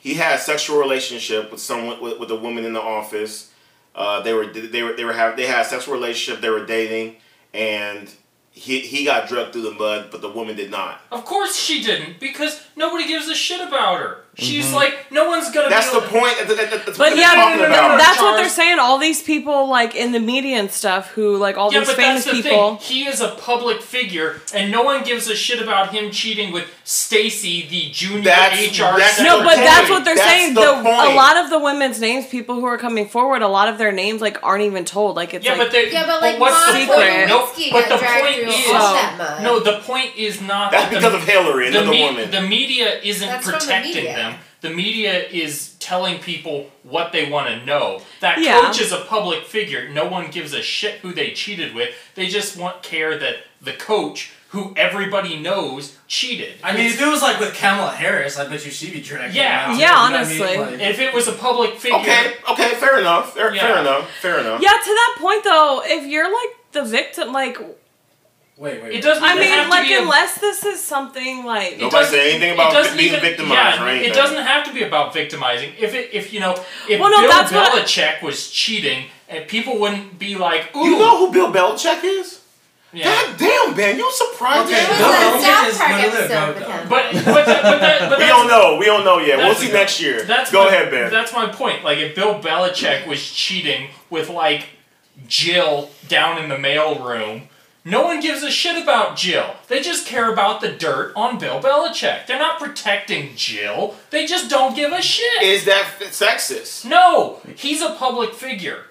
Speaker 1: he had a sexual relationship with someone with, with a woman in the office uh they were they were they were have they had a sexual relationship they were dating and he he got drugged through the mud but the woman did not
Speaker 5: Of course she didn't, because nobody gives a shit about her. She's
Speaker 2: Mm-hmm.
Speaker 5: like, no one's gonna.
Speaker 1: that's
Speaker 5: be
Speaker 1: the
Speaker 5: able to-
Speaker 1: point that- that- that- that's what
Speaker 2: But
Speaker 1: they're
Speaker 2: yeah, no,
Speaker 1: talking
Speaker 2: no, no, no,
Speaker 1: about.
Speaker 2: that's what they're
Speaker 5: Charles.
Speaker 2: saying. All these people, like in the media and stuff, who like all
Speaker 5: Yeah,
Speaker 2: these
Speaker 5: but
Speaker 2: famous
Speaker 5: that's the
Speaker 2: people.
Speaker 5: thing. He is a public figure, and no one gives a shit about him cheating with Stacy, the junior
Speaker 1: That's-
Speaker 5: HR.
Speaker 1: that's
Speaker 5: secretary.
Speaker 2: No, but
Speaker 1: the
Speaker 2: that's
Speaker 1: point.
Speaker 2: what they're
Speaker 1: That's
Speaker 2: saying.
Speaker 1: the
Speaker 2: The
Speaker 1: point.
Speaker 2: a lot of the women's names, people who are coming forward, a lot of their names like aren't even told. Like it's
Speaker 5: Yeah,
Speaker 2: like
Speaker 5: but they.
Speaker 4: Yeah, but like
Speaker 5: what's the
Speaker 2: Monica
Speaker 5: point? No,
Speaker 4: Lewinsky
Speaker 5: but the
Speaker 4: got dragged
Speaker 5: point
Speaker 4: through
Speaker 5: is
Speaker 4: all
Speaker 2: Oh.
Speaker 4: that mud.
Speaker 5: no. The point is not
Speaker 1: that's
Speaker 5: that
Speaker 1: because
Speaker 5: the,
Speaker 1: of Hillary
Speaker 5: the,
Speaker 1: another
Speaker 5: me-
Speaker 1: woman
Speaker 5: the media isn't
Speaker 4: That's from the
Speaker 5: protecting
Speaker 4: media.
Speaker 5: them. The media is telling people what they want to know. That
Speaker 2: Yeah.
Speaker 5: coach is a public figure. No one gives a shit who they cheated with. They just want care that the coach, who everybody knows, cheated.
Speaker 6: I mean, if it was like with Kamala Harris, I bet you she'd be dragged.
Speaker 5: Yeah.
Speaker 6: around,
Speaker 2: Yeah,
Speaker 6: you know what I mean?
Speaker 2: honestly.
Speaker 6: Like-
Speaker 5: if it was a public figure,
Speaker 1: okay okay fair enough fair, fair
Speaker 5: Yeah.
Speaker 1: enough fair enough
Speaker 2: yeah. To that point though, if you're like the victim, like
Speaker 6: Wait, wait.
Speaker 5: it
Speaker 6: wait.
Speaker 5: doesn't.
Speaker 2: I
Speaker 5: even have
Speaker 2: mean,
Speaker 5: to
Speaker 2: like
Speaker 5: be a-
Speaker 2: unless this is something like
Speaker 5: It
Speaker 1: Nobody
Speaker 5: doesn't-
Speaker 1: said anything
Speaker 5: it
Speaker 1: about
Speaker 5: doesn't
Speaker 1: being
Speaker 5: even-
Speaker 1: victimized
Speaker 5: yeah,
Speaker 1: or anything.
Speaker 5: It doesn't have to be about victimizing. If it, if you know, if
Speaker 2: Well, no,
Speaker 5: Bill
Speaker 2: that's what I-
Speaker 5: Belichick was cheating, and people wouldn't be like, "Ooh,
Speaker 1: You know who Bill Belichick is?
Speaker 5: yeah."
Speaker 1: God damn, Ben, you surprised
Speaker 6: Okay,
Speaker 1: me.
Speaker 4: There
Speaker 6: no,
Speaker 4: was
Speaker 6: okay,
Speaker 4: that South
Speaker 6: just
Speaker 4: Park
Speaker 6: no, no, no,
Speaker 4: episode
Speaker 6: no.
Speaker 4: with him.
Speaker 5: But but that, but that, but
Speaker 1: We
Speaker 5: that's,
Speaker 1: don't know. We don't know yet. We'll
Speaker 5: That's-
Speaker 1: see next year.
Speaker 5: That's
Speaker 1: Go
Speaker 5: my-
Speaker 1: ahead, Ben.
Speaker 5: That's my point. Like if Bill Belichick was cheating with like Jill down in the mailroom, no one gives a shit about Jill. They just care about the dirt on Bill Belichick. They're not protecting Jill. They just don't give a shit.
Speaker 1: Is that f- sexist?
Speaker 5: No, he's a public figure,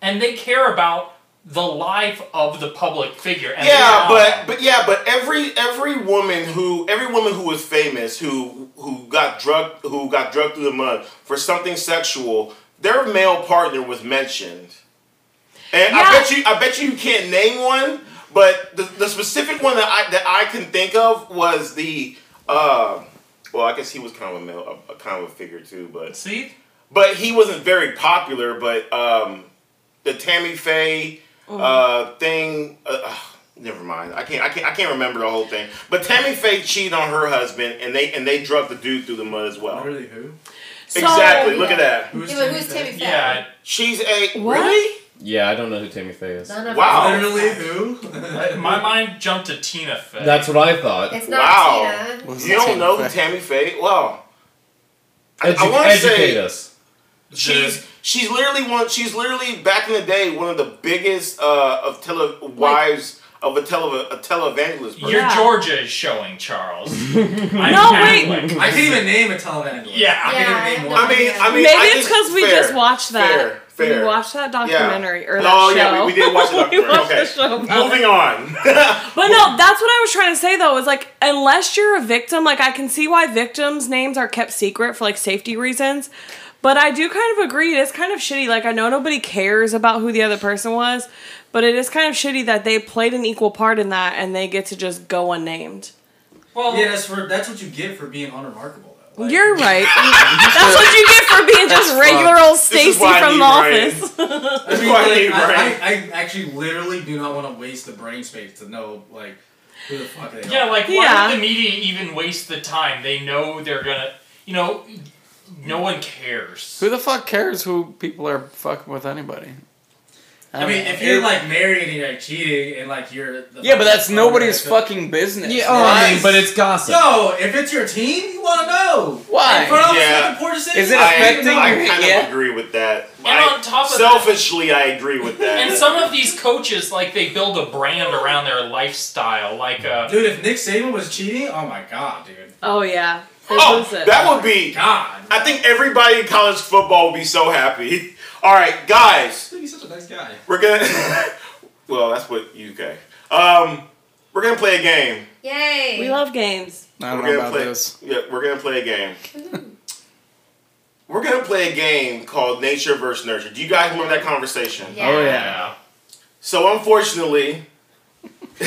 Speaker 5: and they care about the life of the public figure. And
Speaker 1: Yeah,
Speaker 5: they-
Speaker 1: but but yeah, but every every woman who every woman who was famous who who got drugged who got drugged through the mud for something sexual, their male partner was mentioned. And I
Speaker 2: Yeah.
Speaker 1: bet you I bet you you can't name one, but the, the specific one that I that I can think of was the uh, well, I guess he was kind of a male, a, a kind of a figure too, but
Speaker 5: see,
Speaker 1: but he wasn't very popular. But um, the Tammy Faye
Speaker 2: Mm.
Speaker 1: uh, thing, uh, ugh, never mind. I can't, I can't, I can't remember the whole thing. But Tammy Faye cheated on her husband, and they and they drugged the dude through the mud as well.
Speaker 6: Literally who?
Speaker 2: So,
Speaker 1: exactly. Look at that.
Speaker 6: Who's
Speaker 4: Yeah, but
Speaker 6: Timmy
Speaker 4: who's
Speaker 6: Faye?
Speaker 4: Timmy Faye?
Speaker 5: Yeah,
Speaker 1: She's a
Speaker 2: What?
Speaker 1: really.
Speaker 7: Yeah, I don't know who Tammy Faye is.
Speaker 4: None of
Speaker 1: Wow.
Speaker 4: us.
Speaker 6: Literally who?
Speaker 5: I- my mind jumped to Tina Fey.
Speaker 7: That's what I thought.
Speaker 4: It's not
Speaker 1: Wow.
Speaker 4: Tina.
Speaker 8: Wasn't
Speaker 1: You don't
Speaker 8: Tammy
Speaker 1: know who
Speaker 8: Faye.
Speaker 1: Tammy Faye? Well, I-
Speaker 7: Edu-
Speaker 1: I want to
Speaker 7: educate
Speaker 1: say
Speaker 7: us.
Speaker 5: The-
Speaker 1: she's she's literally one. She's literally back in the day one of the biggest uh, of tele wives of a tele a televangelist. person.
Speaker 5: Your
Speaker 2: Yeah.
Speaker 5: Georgia is showing, Charles. I'm
Speaker 2: No,
Speaker 5: Catholic.
Speaker 6: I can even name a televangelist.
Speaker 5: Yeah.
Speaker 6: I
Speaker 4: Yeah,
Speaker 6: can
Speaker 4: I
Speaker 6: even name
Speaker 4: know.
Speaker 6: one.
Speaker 1: I mean, I mean,
Speaker 2: Maybe
Speaker 1: I
Speaker 2: it's because we
Speaker 1: fair,
Speaker 2: just watched that.
Speaker 1: Fair, fair.
Speaker 2: We watched that documentary or
Speaker 1: Oh,
Speaker 2: that show.
Speaker 1: yeah, we- we did watch the
Speaker 2: We
Speaker 1: documentary.
Speaker 2: watched the
Speaker 1: Okay.
Speaker 2: show about it.
Speaker 1: Moving on.
Speaker 2: But no, that's what I was trying to say though, is like unless you're a victim, like I can see why victims' names are kept secret for like safety reasons. But I do kind of agree, it is kind of shitty. Like I know nobody cares about who the other person was, but it is kind of shitty that they played an equal part in that and they get to just go unnamed.
Speaker 5: Well,
Speaker 6: yeah, that's for that's what you get for being unremarkable. Though. Like,
Speaker 2: You're right. that's what you get for being just regular old Stacy
Speaker 1: is why I
Speaker 2: from
Speaker 1: need
Speaker 2: the
Speaker 1: Ryan.
Speaker 2: office.
Speaker 6: I, mean,
Speaker 1: why I
Speaker 6: like,
Speaker 1: need
Speaker 6: I,
Speaker 1: Ryan.
Speaker 6: I, I actually literally do not want to waste the brain space to know like who the fuck they
Speaker 5: yeah,
Speaker 6: are.
Speaker 5: like why
Speaker 2: Yeah.
Speaker 5: would the media even waste the time? They know they're gonna, you know, no one cares.
Speaker 8: Who the fuck cares who people are fucking with anybody? Uh,
Speaker 6: I mean, if you're like married and you're like, cheating and like you're the
Speaker 8: yeah, but that's
Speaker 6: fucking-
Speaker 8: nobody's
Speaker 6: so-
Speaker 8: fucking business.
Speaker 7: Yeah, oh, I mean,
Speaker 6: Yes.
Speaker 7: but it's gossip.
Speaker 6: No, if it's your team, you want to know.
Speaker 8: Why?
Speaker 6: In front of
Speaker 1: Yeah.
Speaker 6: yeah. important citizens,
Speaker 8: Is it
Speaker 6: you wanna
Speaker 8: affecting
Speaker 6: know.
Speaker 1: I
Speaker 8: your-
Speaker 1: kind
Speaker 8: yeah.
Speaker 1: of agree with that.
Speaker 5: And
Speaker 1: I-
Speaker 5: on top of that-
Speaker 1: selfishly, I agree with that.
Speaker 5: And some of these coaches, like they build a brand around their lifestyle, like uh,
Speaker 6: Dude, if Nick Saban was cheating, oh my god, dude.
Speaker 2: Oh yeah. They
Speaker 1: oh,
Speaker 2: lose it.
Speaker 1: that would be.
Speaker 6: God.
Speaker 1: I think everybody in college football would be so happy. All right, guys,
Speaker 6: He's such a nice guy.
Speaker 1: we're gonna. well, that's what UK. Um, we're gonna play a game.
Speaker 4: Yay.
Speaker 2: we love games.
Speaker 8: I
Speaker 1: we're
Speaker 8: don't know
Speaker 1: gonna
Speaker 8: about
Speaker 1: play,
Speaker 8: this.
Speaker 1: Yeah, we're gonna play a game. we're gonna play a game called Nature versus Nurture. Do you guys remember that conversation?
Speaker 4: Yeah.
Speaker 8: Oh, yeah.
Speaker 5: yeah.
Speaker 1: So unfortunately,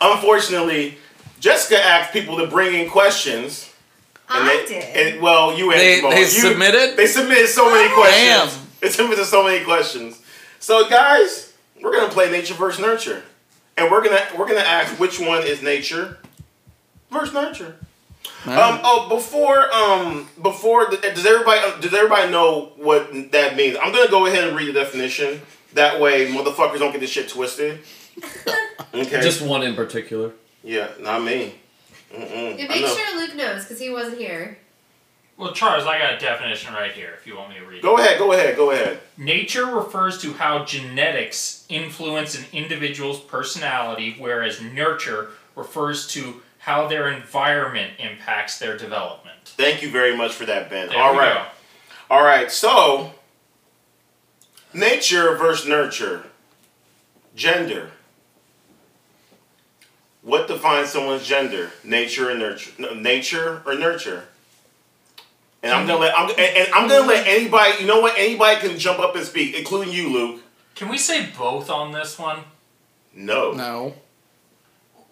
Speaker 1: unfortunately, Jessica asked people to bring in questions. And
Speaker 4: I
Speaker 1: they-
Speaker 4: did.
Speaker 1: and- well, you answered
Speaker 8: They,
Speaker 1: them all.
Speaker 8: they
Speaker 1: You-
Speaker 8: submitted?
Speaker 1: They submitted so many
Speaker 4: Oh.
Speaker 1: questions.
Speaker 8: Damn.
Speaker 1: They submitted so many questions. So guys, we're gonna play nature versus nurture, and we're gonna we're gonna ask which one is nature versus nurture.
Speaker 5: Uh-huh.
Speaker 1: Um, oh, before um before does everybody um, does everybody know what that means? I'm gonna go ahead and read the definition. That way, motherfuckers don't get this shit twisted. Okay.
Speaker 7: Just one in particular.
Speaker 1: yeah, not me. Mm-mm.
Speaker 4: Yeah,
Speaker 1: I
Speaker 4: make
Speaker 1: know.
Speaker 4: sure Luke knows because he wasn't here.
Speaker 5: Well, Charles, I got a definition right here. If you want me to read it.
Speaker 1: Go ahead. Go ahead. Go ahead.
Speaker 5: Nature refers to how genetics influence an individual's personality, whereas nurture refers to how their environment impacts their development.
Speaker 1: Thank you very much for that, Ben.
Speaker 5: There
Speaker 1: All
Speaker 5: we
Speaker 1: right.
Speaker 5: go.
Speaker 1: All right, so nature versus nurture, gender. What defines someone's gender? Nature and nurture. no, Nature or nurture? And I'm gonna let I'm and, and I'm gonna let anybody. You know what? Anybody can jump up and speak, including you, Luke.
Speaker 5: Can we say both on this one?
Speaker 1: No.
Speaker 8: no.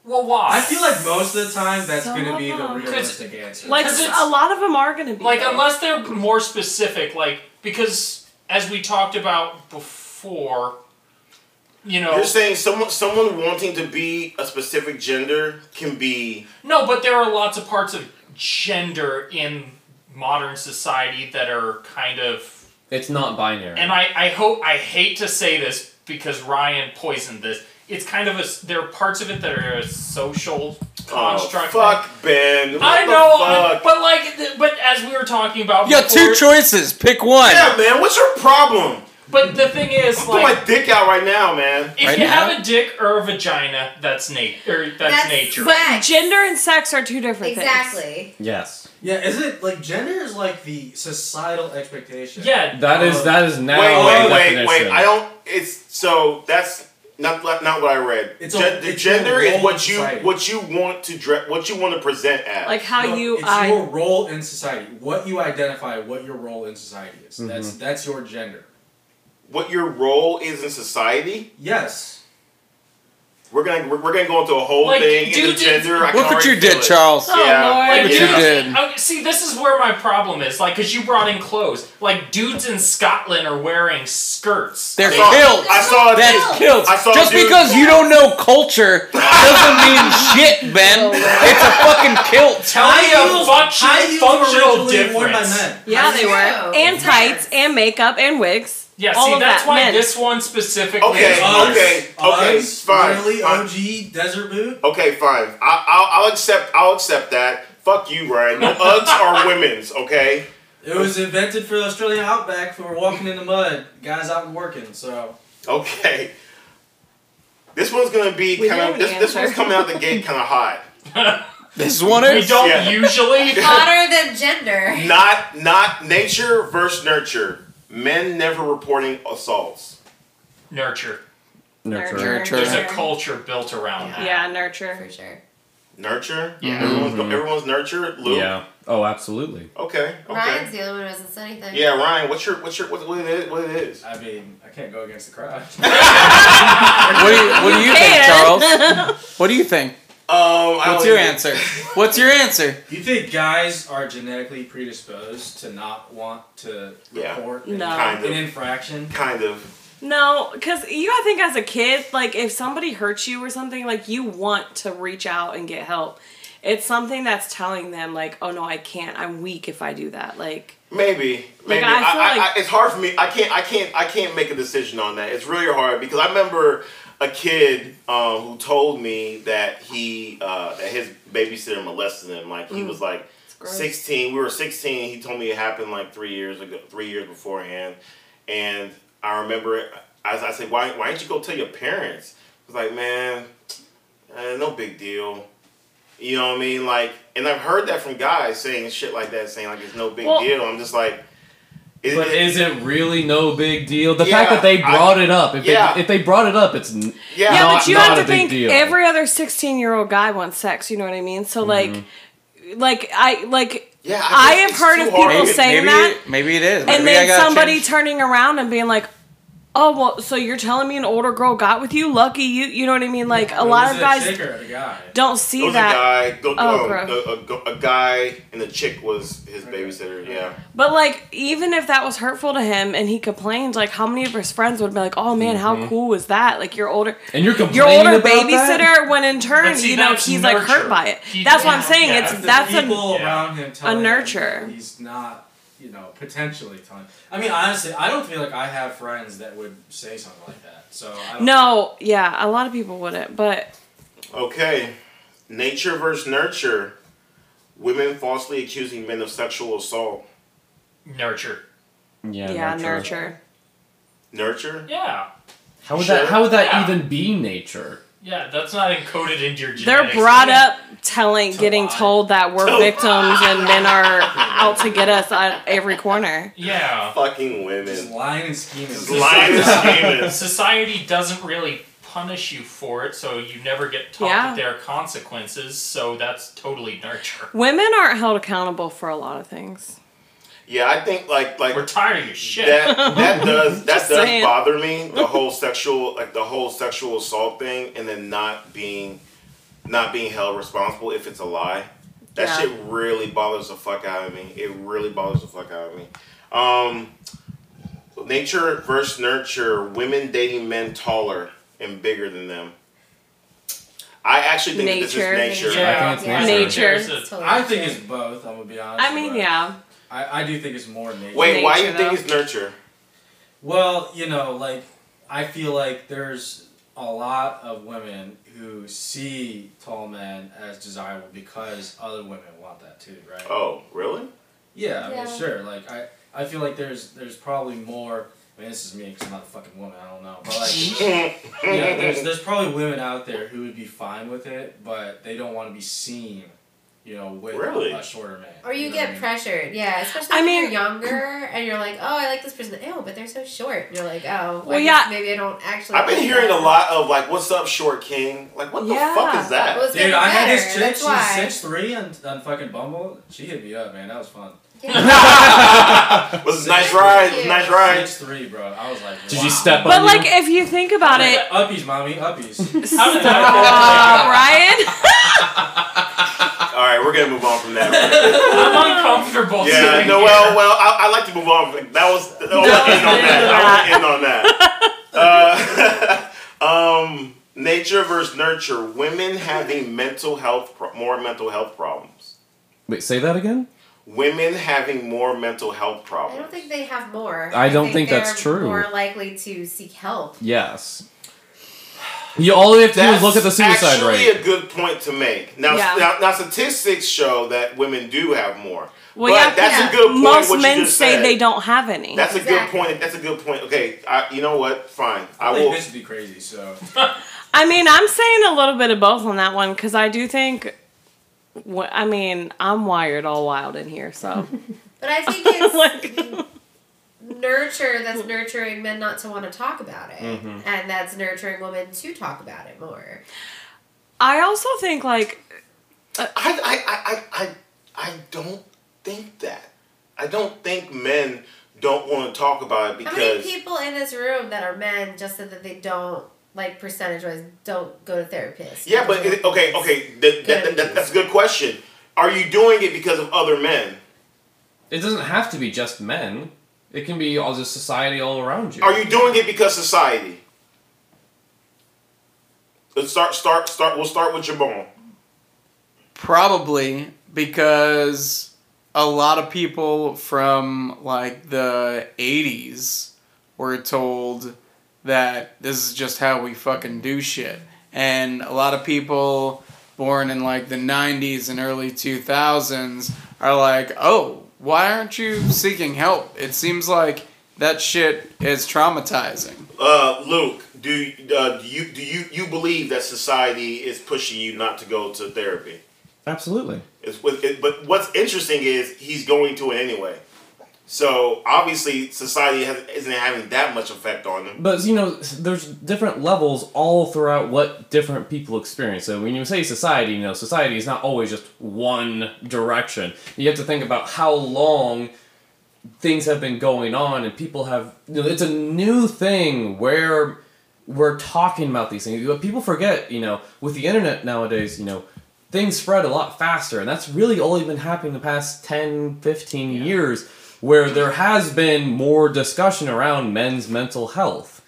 Speaker 5: Well, why?
Speaker 6: I feel like most of the time that's
Speaker 2: Some
Speaker 6: going to be
Speaker 2: of
Speaker 6: the
Speaker 2: them.
Speaker 6: realistic answer.
Speaker 2: Like
Speaker 5: 'Cause it's-
Speaker 2: a lot of them are gonna be
Speaker 5: like
Speaker 2: though.
Speaker 5: unless they're more specific, like because as we talked about before, you know,
Speaker 1: You're saying someone someone wanting to be a specific gender can be
Speaker 5: no, but there are lots of parts of gender in modern society that are kind of
Speaker 7: It's not binary.
Speaker 5: and I, I hope I hate to say this because Ryan poisoned this. It's kind of a s- there are parts of it that are a social
Speaker 1: oh,
Speaker 5: construct.
Speaker 1: fuck Ben. What
Speaker 5: I
Speaker 1: the
Speaker 5: know, I-
Speaker 1: fuck?
Speaker 5: but like, th- but as we were talking about,
Speaker 8: You got two
Speaker 5: before-
Speaker 8: choices. Pick one.
Speaker 1: yeah, man. What's your problem?
Speaker 5: But the thing is,
Speaker 1: Put
Speaker 5: like,
Speaker 1: my dick out right now, man.
Speaker 5: if
Speaker 8: Right
Speaker 5: you
Speaker 8: now?
Speaker 5: have a dick or a vagina, that's nat- or that's,
Speaker 4: That's-
Speaker 5: nature.
Speaker 2: But gender and sex are two different things.
Speaker 4: Exactly.
Speaker 7: yes.
Speaker 6: yeah, is it like gender is like the societal expectation?
Speaker 5: yeah,
Speaker 7: That is that is now
Speaker 1: Oh. wait,
Speaker 7: a
Speaker 1: wait, wait,
Speaker 7: definition.
Speaker 1: wait. I don't. It's so that's not not what I read.
Speaker 6: It's
Speaker 1: Gen-
Speaker 6: a-
Speaker 1: the
Speaker 6: it's
Speaker 1: gender
Speaker 6: your
Speaker 1: is
Speaker 6: role
Speaker 1: what
Speaker 6: in
Speaker 1: you
Speaker 6: society.
Speaker 1: what you want to dre- what you want to present as.
Speaker 2: Like how
Speaker 6: No,
Speaker 2: you
Speaker 6: it's
Speaker 2: I
Speaker 6: your role in society. What you identify, what your role in society is. That's
Speaker 1: Mm-hmm.
Speaker 6: that's your gender.
Speaker 1: what your role is in society.
Speaker 6: Yes.
Speaker 1: We're gonna we're, we're gonna go into a whole
Speaker 5: Like,
Speaker 1: thing
Speaker 5: dude,
Speaker 1: into gender. I can
Speaker 8: Look what
Speaker 1: already
Speaker 8: you
Speaker 1: feel
Speaker 8: did,
Speaker 1: it.
Speaker 8: Charles.
Speaker 2: Oh,
Speaker 1: Yeah.
Speaker 2: Lord.
Speaker 5: Like,
Speaker 1: But
Speaker 5: dude,
Speaker 8: you
Speaker 5: I-
Speaker 8: did.
Speaker 5: I- see, this is where my problem is. Like, because you brought in clothes. Like, dudes in Scotland are wearing skirts.
Speaker 8: They're
Speaker 1: I saw-
Speaker 8: kilts.
Speaker 1: I saw a
Speaker 8: That's
Speaker 1: dude-
Speaker 8: kilts.
Speaker 1: I saw a
Speaker 8: Just
Speaker 1: dude-
Speaker 8: because you don't know culture doesn't mean shit, Ben. It's a fucking kilt.
Speaker 5: Tell me
Speaker 6: High
Speaker 5: a
Speaker 6: heels-
Speaker 5: function,
Speaker 6: high heels
Speaker 5: functional
Speaker 6: originally worn by
Speaker 5: difference.
Speaker 6: men.
Speaker 2: Yeah, they were.
Speaker 4: Yeah.
Speaker 2: And tights, and makeup, and wigs.
Speaker 5: Yeah,
Speaker 2: All
Speaker 5: see,
Speaker 2: of
Speaker 5: that's
Speaker 2: that
Speaker 5: why
Speaker 2: meant.
Speaker 5: this one specifically
Speaker 1: Okay,
Speaker 5: is
Speaker 1: Uggs.
Speaker 5: worse.
Speaker 1: okay, okay,
Speaker 6: Uggs,
Speaker 1: fine,
Speaker 6: Really,
Speaker 1: fine.
Speaker 6: OG desert boot.
Speaker 1: Okay, fine. I, I'll, I'll accept. I'll accept that. Fuck you, Ryan. The Uggs are women's. Okay.
Speaker 6: It was invented for the Australian outback for walking in the mud. Guys out and working. So
Speaker 1: Okay. This one's gonna be
Speaker 2: We
Speaker 1: kind
Speaker 2: know
Speaker 1: of.
Speaker 2: the
Speaker 1: This, this one's
Speaker 2: answer.
Speaker 1: coming out the gate kind of hot.
Speaker 8: This one
Speaker 5: We
Speaker 8: is.
Speaker 5: don't
Speaker 1: Yeah.
Speaker 5: usually.
Speaker 4: Hotter than gender.
Speaker 1: Not not nature versus nurture. Men never reporting assaults.
Speaker 5: Nurture.
Speaker 7: Nurture.
Speaker 8: Nurture.
Speaker 5: There's a
Speaker 4: Sure.
Speaker 5: culture built around that.
Speaker 2: yeah,
Speaker 4: For
Speaker 2: nurture.
Speaker 4: sure.
Speaker 1: Nurture.
Speaker 8: Yeah. Mm-hmm.
Speaker 1: Everyone's everyone's nurture. Luke.
Speaker 7: Yeah. Oh, absolutely.
Speaker 1: Okay. Okay.
Speaker 4: Ryan's the only one who doesn't say anything.
Speaker 1: Yeah, Ryan. What's your what's your what, what it is? What it is?
Speaker 6: I mean, I can't go against the crowd.
Speaker 8: What do you, what do you think, Charles? What do you think?
Speaker 1: Um. I
Speaker 8: What's
Speaker 1: don't
Speaker 8: your
Speaker 1: even-
Speaker 8: answer? What's your answer?
Speaker 6: Do you think guys are genetically predisposed to not want to
Speaker 1: Yeah.
Speaker 6: report
Speaker 2: No.
Speaker 1: Kind
Speaker 6: an
Speaker 1: of.
Speaker 6: infraction?
Speaker 1: Kind of.
Speaker 2: No, because you gotta think as a kid, like if somebody hurts you or something, like you want to reach out and get help. It's something that's telling them like, oh no, I can't. I'm weak if I do that. Like,
Speaker 1: Maybe, maybe. I,
Speaker 2: I feel
Speaker 1: I,
Speaker 2: like-
Speaker 1: I, it's hard for me. I can't. I can't. I can't make a decision on that. It's really hard because I remember a kid um, who told me that he uh, that his babysitter molested him. Like he was like
Speaker 2: Mm. gross.
Speaker 1: sixteen. We were sixteen. He told me it happened like three years ago, three years beforehand. And I remember it- as I said, why why didn't you go tell your parents? I was like, man, eh, no big deal. You know what I mean? Like, and I've heard that from guys saying shit like that, saying like it's no big
Speaker 2: Well-
Speaker 1: deal. I'm just like, it-
Speaker 7: But
Speaker 1: it-
Speaker 7: is it really no big deal? The
Speaker 1: Yeah,
Speaker 7: fact that they brought it up. If
Speaker 1: yeah.
Speaker 7: they if they brought it up, it's n-
Speaker 1: yeah,
Speaker 2: yeah,
Speaker 7: Not-
Speaker 2: but you
Speaker 7: not
Speaker 2: have
Speaker 7: a
Speaker 2: to
Speaker 7: big
Speaker 2: think
Speaker 7: deal.
Speaker 2: every other 16 year old guy wants sex. You know what I mean? So like, like I like
Speaker 1: yeah.
Speaker 2: I
Speaker 1: think
Speaker 2: have
Speaker 1: it's
Speaker 2: heard
Speaker 1: too
Speaker 2: of people
Speaker 1: hard.
Speaker 2: say- saying
Speaker 8: maybe,
Speaker 2: that?
Speaker 8: Maybe it is.
Speaker 2: and
Speaker 8: Maybe I
Speaker 2: then
Speaker 8: gotta
Speaker 2: somebody
Speaker 8: change-
Speaker 2: turning around and being like, "Oh well, so you're telling me an older girl got with you? Lucky you." You know what I mean? Like a lot
Speaker 6: Was
Speaker 2: of
Speaker 6: it
Speaker 2: guys
Speaker 6: A chick or a guy?
Speaker 2: don't
Speaker 1: It
Speaker 2: see
Speaker 1: was
Speaker 2: that.
Speaker 1: a guy, go,
Speaker 2: Oh,
Speaker 1: um,
Speaker 2: gross.
Speaker 1: a, a, a guy, and the chick was his babysitter. Yeah,
Speaker 2: But like, even if that was hurtful to him and he complained, like, how many of his friends would be like, "Oh man, how cool was that?" Like your older.
Speaker 7: and you're complaining
Speaker 2: Your older
Speaker 7: about
Speaker 2: babysitter,
Speaker 7: that?
Speaker 2: when in turn,
Speaker 5: But see,
Speaker 2: you know,
Speaker 5: that's
Speaker 2: he's like hurt
Speaker 5: nurture.
Speaker 2: by it.
Speaker 5: He-
Speaker 2: that's what I'm
Speaker 5: yeah,
Speaker 2: saying.
Speaker 5: yeah.
Speaker 2: It's
Speaker 6: It's the
Speaker 2: that's a
Speaker 6: people
Speaker 5: Yeah.
Speaker 6: around him telling
Speaker 2: nurture.
Speaker 6: him he's not, you know, potentially telling. I mean, honestly, I don't feel like I have friends that would say something like that. So I don't
Speaker 2: no, yeah. A lot of people wouldn't, but
Speaker 1: okay. Nature versus nurture. Women falsely accusing men of sexual assault.
Speaker 5: Nurture.
Speaker 7: yeah,
Speaker 2: yeah, nurture.
Speaker 1: Nurture.
Speaker 5: Yeah.
Speaker 7: How would
Speaker 1: Sure.
Speaker 7: that? How would that
Speaker 5: Yeah.
Speaker 7: even be nature?
Speaker 5: Yeah, that's not encoded into your
Speaker 2: They're
Speaker 5: genetics.
Speaker 2: brought up telling,
Speaker 6: To
Speaker 2: getting
Speaker 6: lie.
Speaker 2: told that we're
Speaker 1: To
Speaker 2: victims and men are out to get us at every corner.
Speaker 5: Yeah.
Speaker 1: Fucking
Speaker 6: Just
Speaker 1: women.
Speaker 6: lying and scheming.
Speaker 1: Lying is famous.
Speaker 5: Society doesn't really punish you for it, so you never get taught
Speaker 2: Yeah.
Speaker 5: that there are consequences, so that's totally nurture.
Speaker 2: Women aren't held accountable for a lot of things.
Speaker 1: Yeah, I think like like
Speaker 5: We're tired of your shit.
Speaker 1: that that does that
Speaker 2: Just
Speaker 1: does
Speaker 2: saying.
Speaker 1: bother me. The whole sexual like the whole sexual assault thing, and then not being not being held responsible if it's a lie. That
Speaker 2: Yeah.
Speaker 1: shit really bothers the fuck out of me. It really bothers the fuck out of me. Um, nature versus nurture. Women dating men taller and bigger than them. I actually think that this is
Speaker 2: Nature.
Speaker 1: nature.
Speaker 5: Yeah,
Speaker 7: I think it's
Speaker 5: yeah.
Speaker 2: nature.
Speaker 5: There's a-
Speaker 4: It's totally
Speaker 6: I think
Speaker 4: true.
Speaker 6: it's both. I'm gonna be honest.
Speaker 2: I mean,
Speaker 6: but
Speaker 2: yeah.
Speaker 6: I, I do think it's more nature.
Speaker 1: Wait, why do you
Speaker 2: Nature,
Speaker 1: think
Speaker 2: though.
Speaker 1: it's nurture?
Speaker 6: Well, you know, like I feel like there's a lot of women who see tall men as desirable because other women want that too, right?
Speaker 1: Oh, really?
Speaker 6: Yeah, I
Speaker 4: Yeah.
Speaker 6: mean, sure. Like I, I feel like there's there's probably more. I mean, this is me because I'm not a fucking woman. I don't know, but like, you know, there's there's probably women out there who would be fine with it, but they don't want to be seen, you know, with
Speaker 1: Really?
Speaker 6: a shorter man.
Speaker 4: Or you
Speaker 6: know
Speaker 4: get
Speaker 6: what
Speaker 4: pressured, yeah. Especially
Speaker 2: I
Speaker 4: if
Speaker 2: mean-
Speaker 4: you're younger and you're like, oh, I like this person. Oh, but they're so short. And you're like, oh,
Speaker 2: Well,
Speaker 4: I guess
Speaker 2: yeah.
Speaker 4: Maybe I don't actually.
Speaker 1: I've been
Speaker 4: like
Speaker 1: hearing
Speaker 4: that.
Speaker 1: a lot of like, "What's up, short king?" Like, what the
Speaker 2: Yeah.
Speaker 1: fuck is that?
Speaker 4: Well, it's
Speaker 6: I mean? Dude,
Speaker 4: gonna
Speaker 6: I
Speaker 4: be
Speaker 6: had this
Speaker 4: better,
Speaker 6: chick.
Speaker 4: That's why.
Speaker 6: She's six three on on fucking Bumble. She hit me up, man. That was fun.
Speaker 1: Was a nice ride.
Speaker 4: Thank you.
Speaker 1: Nice ride.
Speaker 6: Six three, bro. I was like,
Speaker 7: Did
Speaker 6: wow.
Speaker 7: you step
Speaker 2: But
Speaker 7: on
Speaker 2: like,
Speaker 7: you?
Speaker 2: if you think about it,
Speaker 6: Uppies, mommy, uppies.
Speaker 5: How did that
Speaker 2: uh, Ryan.
Speaker 1: All right, we're gonna move on from that.
Speaker 5: I'm uncomfortable.
Speaker 1: yeah,
Speaker 5: sitting
Speaker 1: no,
Speaker 5: here.
Speaker 1: well, well, I, I like to move on. From, that was. I want to end on that. I want to end on that. Uh, um, nature versus nurture. Women having mental health, pro- more mental health problems.
Speaker 7: Wait, say that again.
Speaker 1: Women having more mental health
Speaker 4: I
Speaker 1: problems.
Speaker 4: don't think they have more.
Speaker 7: I don't think that's
Speaker 4: they're
Speaker 7: true.
Speaker 4: More likely to seek help.
Speaker 7: Yes. You all you have to do is look at the suicide
Speaker 1: actually
Speaker 7: rate.
Speaker 1: a good point to make. Now,
Speaker 2: Yeah.
Speaker 1: now, now statistics show that women do have more.
Speaker 2: Well,
Speaker 1: but
Speaker 2: yeah,
Speaker 1: that's
Speaker 4: yeah.
Speaker 1: a good point.
Speaker 2: Most
Speaker 1: what you
Speaker 2: men
Speaker 1: just
Speaker 2: say
Speaker 1: said.
Speaker 2: they don't have any.
Speaker 1: That's a
Speaker 4: Exactly.
Speaker 1: good point. That's a good point. Okay, I, you know what? Fine, I
Speaker 6: I
Speaker 1: will.
Speaker 6: think this would be crazy. So
Speaker 2: I mean, I'm saying a little bit of both on that one because I do think. wh- I mean, I'm wired all wild in here, so
Speaker 4: But I think it's
Speaker 2: Like-
Speaker 4: nurture that's nurturing men not to want to talk about it,
Speaker 1: Mm-hmm.
Speaker 4: and that's nurturing women to talk about it more.
Speaker 2: I also think like
Speaker 1: I, I, I, I, I don't think that. I don't think men don't want to talk about it
Speaker 4: How many
Speaker 1: because
Speaker 4: people in this room that are men just so that they don't like percentage wise don't go to therapists?
Speaker 1: yeah, but it- okay, okay, that, that, that, that's a good question. Are you doing it because of other men?
Speaker 7: It doesn't have to be just men. It can be all just society all around you.
Speaker 1: Are you doing it because society? Let's start, start, start. We'll start with Jabon.
Speaker 8: Probably because a lot of people from like the 80s were told that this is just how we fucking do shit. And a lot of people born in like the 90s and early 2000s are like, oh, why aren't you seeking help? It seems like that shit is traumatizing.
Speaker 1: Uh, Luke, do uh, do you do you you believe that society is pushing you not to go to therapy?
Speaker 7: Absolutely.
Speaker 1: It's with it, but what's interesting is he's going to it anyway. So obviously society has, isn't having that much effect on him.
Speaker 7: But you know, there's different levels all throughout what different people experience. So when you say society, you know, society is not always just one direction. You have to think about how long things have been going on, and people have. You know, it's a new thing where we're talking about these things. But people forget, you know, with the internet nowadays, you know, things spread a lot faster. And that's really only been happening the past 10, 15 years where there has been more discussion around men's mental health.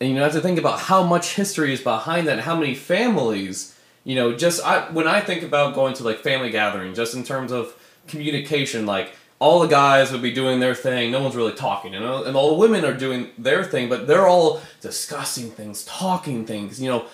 Speaker 7: And you know, I have to think about how much history is behind that and how many families, you know, just I when I think about going to like family gatherings, just in terms of communication, like all the guys would be doing their thing, no one's really talking, you know, and all the women are doing their thing, but they're all discussing things, talking things, you know.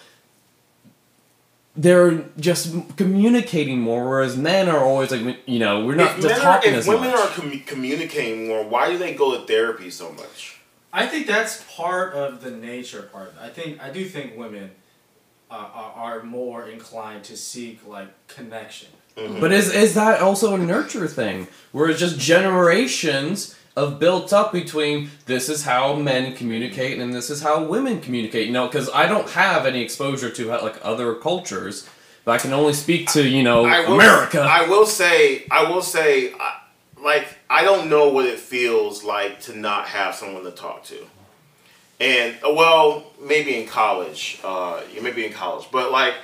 Speaker 7: They're just communicating more, whereas men are always like, you know, we're not
Speaker 1: If,
Speaker 7: just
Speaker 1: men are,
Speaker 7: talking
Speaker 1: if
Speaker 7: as
Speaker 1: women
Speaker 7: much.
Speaker 1: are commu- communicating more, why do they go to therapy so much?
Speaker 6: I think that's part of the nature part. I think I do think women uh, are, are more inclined to seek like connection.
Speaker 7: But is is that also a nurture thing? Where it's just generations of built up between this is how men communicate and this is how women communicate. You know, because I don't have any exposure to like other cultures, but I can only speak to you know
Speaker 1: I will,
Speaker 7: America.
Speaker 1: I will say, I will say, I, like I don't know what it feels like to not have someone to talk to, and uh, well, maybe in college, uh, you maybe in college, but like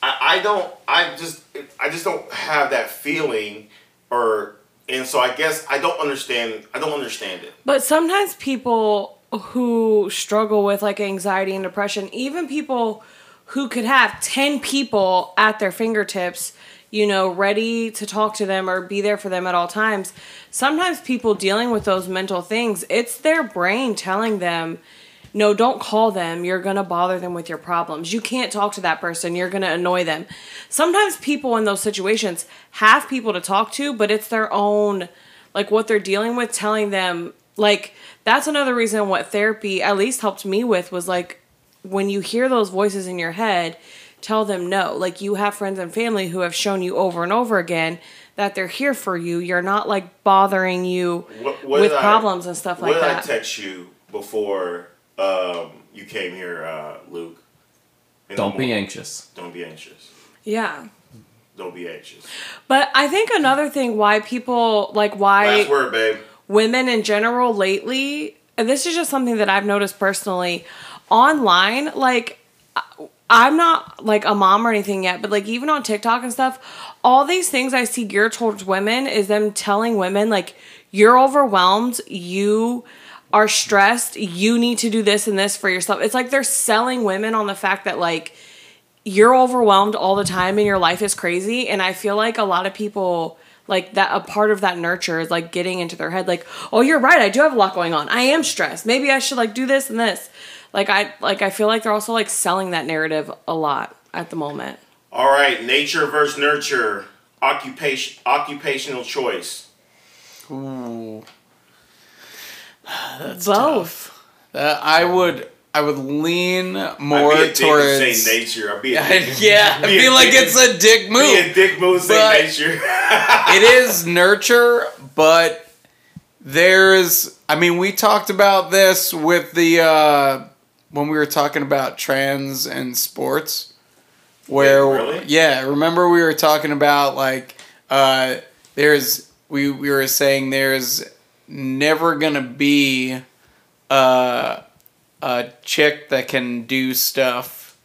Speaker 1: I, I don't, I just, I just don't have that feeling, or and so I guess I don't understand, I don't understand it.
Speaker 2: But sometimes people who struggle with like anxiety and depression, even people who could have 10 people at their fingertips, you know, ready to talk to them or be there for them at all times. Sometimes people dealing with those mental things, it's their brain telling them, no, don't call them. You're going to bother them with your problems. You can't talk to that person. You're going to annoy them. Sometimes people in those situations have people to talk to, but it's their own, like what they're dealing with, telling them, like, that's another reason what therapy at least helped me with was like when you hear those voices in your head, tell them no. Like you have friends and family who have shown you over and over again that they're here for you. You're not like bothering you
Speaker 1: What, what
Speaker 2: with
Speaker 1: did I-
Speaker 2: problems and stuff like
Speaker 1: what
Speaker 2: that.
Speaker 1: did I text you before um, you came here, uh, Luke? In the
Speaker 7: Don't be
Speaker 1: morning.
Speaker 7: anxious.
Speaker 1: Don't be anxious.
Speaker 2: yeah.
Speaker 1: Don't be anxious.
Speaker 2: But I think another thing why people like why
Speaker 1: Last word, babe.
Speaker 2: women in general lately, and this is just something that I've noticed personally online, like I- I'm not like a mom or anything yet, but like even on TikTok and stuff, all these things I see geared towards women is them telling women like you're overwhelmed, you are stressed, you need to do this and this for yourself. It's like they're selling women on the fact that like you're overwhelmed all the time and your life is crazy and i feel like a lot of people like that a part of that nurture is like getting into their head like oh you're right i do have a lot going on i am stressed maybe i should like do this and this like i like i feel like they're also like selling that narrative a lot at the moment
Speaker 1: All right, nature versus nurture. Occupation, occupational choice.
Speaker 8: Ooh.
Speaker 2: both
Speaker 8: Uh, I would I would lean more
Speaker 1: I'd be a dick and
Speaker 8: towards
Speaker 1: say nature. I'd be a dick.
Speaker 8: yeah, I
Speaker 1: Be a
Speaker 8: feel like
Speaker 1: dick.
Speaker 8: it's a dick move.
Speaker 1: Be a dick move, say
Speaker 8: But-
Speaker 1: nature.
Speaker 8: it is nurture, but there's I mean we talked about this with the uh when we were talking about trans and sports where
Speaker 1: Wait, really?
Speaker 8: yeah, remember we were talking about like uh there's we we were saying there's never going to be uh a chick that can do stuff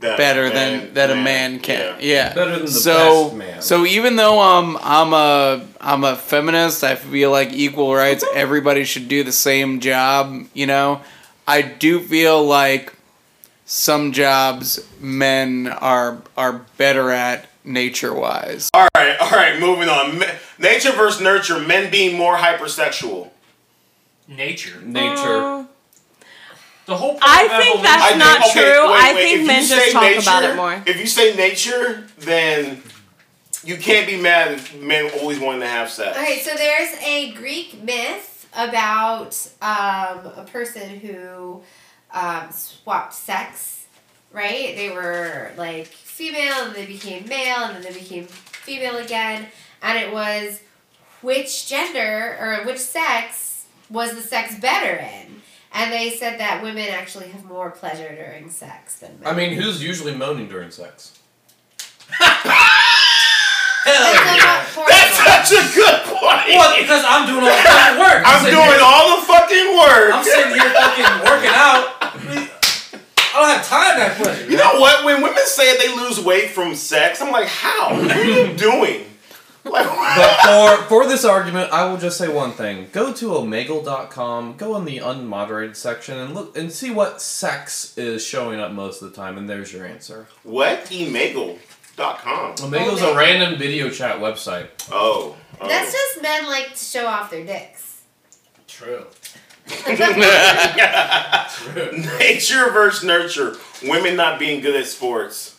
Speaker 1: That
Speaker 8: better
Speaker 1: man-
Speaker 8: than that a man can.
Speaker 1: yeah.
Speaker 8: Yeah.
Speaker 7: Better than the
Speaker 8: so,
Speaker 7: best man.
Speaker 8: So even though um I'm a I'm a feminist, I feel like equal rights, everybody should do the same job, you know. I do feel like some jobs men are are better at nature wise.
Speaker 1: All right, all right, moving on. Ma- Nature versus nurture, men being more hypersexual.
Speaker 5: Nature.
Speaker 7: Nature.
Speaker 5: The whole point
Speaker 2: I
Speaker 5: of
Speaker 2: think
Speaker 5: evolution-
Speaker 2: that's
Speaker 1: think-
Speaker 2: not
Speaker 1: okay,
Speaker 2: true.
Speaker 1: wait,
Speaker 2: I
Speaker 1: wait,
Speaker 2: think
Speaker 1: if
Speaker 2: men
Speaker 1: you
Speaker 2: just
Speaker 1: say
Speaker 2: talk about it more.
Speaker 1: If you say nature, then you can't be mad if men always wanting to have sex.
Speaker 4: Okay, so there's a Greek myth about um, a person who um, swapped sex, right? They were like female and they became male and then they became female again. And it was which gender or which sex was the sex better in? And they said that women actually have more pleasure during sex than men.
Speaker 7: I mean, who's usually moaning during sex?
Speaker 4: That's not porn.
Speaker 1: That's such a good point.
Speaker 6: Well, because I'm doing all the fucking work.
Speaker 1: I'm
Speaker 6: sitting
Speaker 1: doing
Speaker 6: here-
Speaker 1: all the fucking work.
Speaker 6: I'm sitting here fucking working out. I don't have time that pleasure.
Speaker 1: you know what? When women say they lose weight from sex, I'm like, how? What are you doing? Like,
Speaker 7: But for for this argument, I will just say one thing. Go to omegle.com, go in the unmoderated section and look and see what sex is showing up most of the time and there's your answer.
Speaker 1: what? Emagle.com.
Speaker 7: Omegle's a random video chat website.
Speaker 1: Oh. oh.
Speaker 4: That's just men like to show off their dicks.
Speaker 6: True. True.
Speaker 1: nature versus nurture. Women not being good at sports.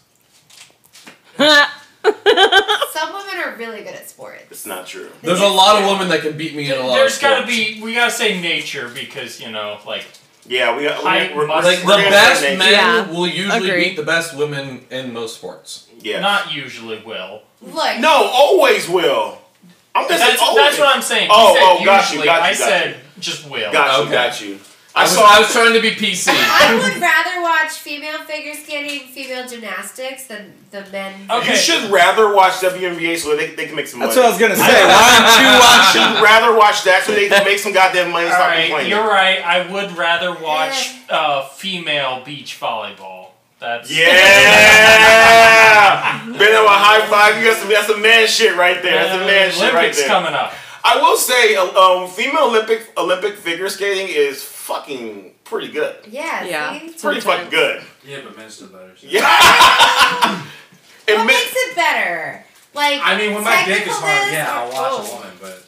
Speaker 4: Some women are really good at sports.
Speaker 1: It's not true.
Speaker 7: There's a lot of women that can beat me in a lot
Speaker 5: There's
Speaker 7: of
Speaker 5: gotta
Speaker 7: sports.
Speaker 5: be we gotta say nature because you know like
Speaker 1: Yeah, we got.
Speaker 5: High
Speaker 1: we- We're, we're,
Speaker 5: muscle.
Speaker 7: like the
Speaker 1: we're gonna
Speaker 7: best
Speaker 1: say
Speaker 7: men
Speaker 1: nature.
Speaker 2: Yeah.
Speaker 7: will usually
Speaker 2: Agree.
Speaker 7: beat the best women in most sports.
Speaker 1: Yes.
Speaker 5: not usually will.
Speaker 4: Look,
Speaker 1: No, always will. I'm just
Speaker 5: That's,
Speaker 1: always.
Speaker 5: that's what I'm saying. He
Speaker 1: Oh,
Speaker 5: said
Speaker 1: oh, got you,
Speaker 5: usually.
Speaker 1: got you,
Speaker 5: I
Speaker 1: got
Speaker 5: said just will.
Speaker 1: Got you,
Speaker 7: Okay.
Speaker 1: got you.
Speaker 7: I,
Speaker 1: I
Speaker 7: was,
Speaker 1: saw.
Speaker 7: I was trying to be PC.
Speaker 4: I would rather watch female figure skating, female gymnastics than the men.
Speaker 6: Oh.
Speaker 5: Okay.
Speaker 1: You should rather watch WNBA so they, they can make some money.
Speaker 3: That's what I was gonna say.
Speaker 1: You
Speaker 3: Why
Speaker 1: should rather watch that so they can make some goddamn money and
Speaker 5: All
Speaker 1: stop
Speaker 5: right,
Speaker 1: complaining.
Speaker 5: you're right. I would rather watch uh, female beach volleyball. That's
Speaker 1: Yeah! Been on a high five. You got some, that's some man shit right there. That's some man shit right
Speaker 5: Uh, Olympics
Speaker 1: there.
Speaker 5: coming up.
Speaker 1: I will say, um, female Olympic Olympic figure skating is fucking pretty good.
Speaker 4: Yeah,
Speaker 2: Yeah.
Speaker 4: see?
Speaker 1: It's pretty fucking good.
Speaker 6: Yeah, but men's still better. so-
Speaker 1: Yeah. It
Speaker 4: What
Speaker 1: ma-
Speaker 4: makes it better? Like
Speaker 6: I mean, when my dick is hard,
Speaker 4: technicalness
Speaker 6: yeah, I'll
Speaker 4: or-
Speaker 6: watch a
Speaker 4: oh,
Speaker 6: woman, but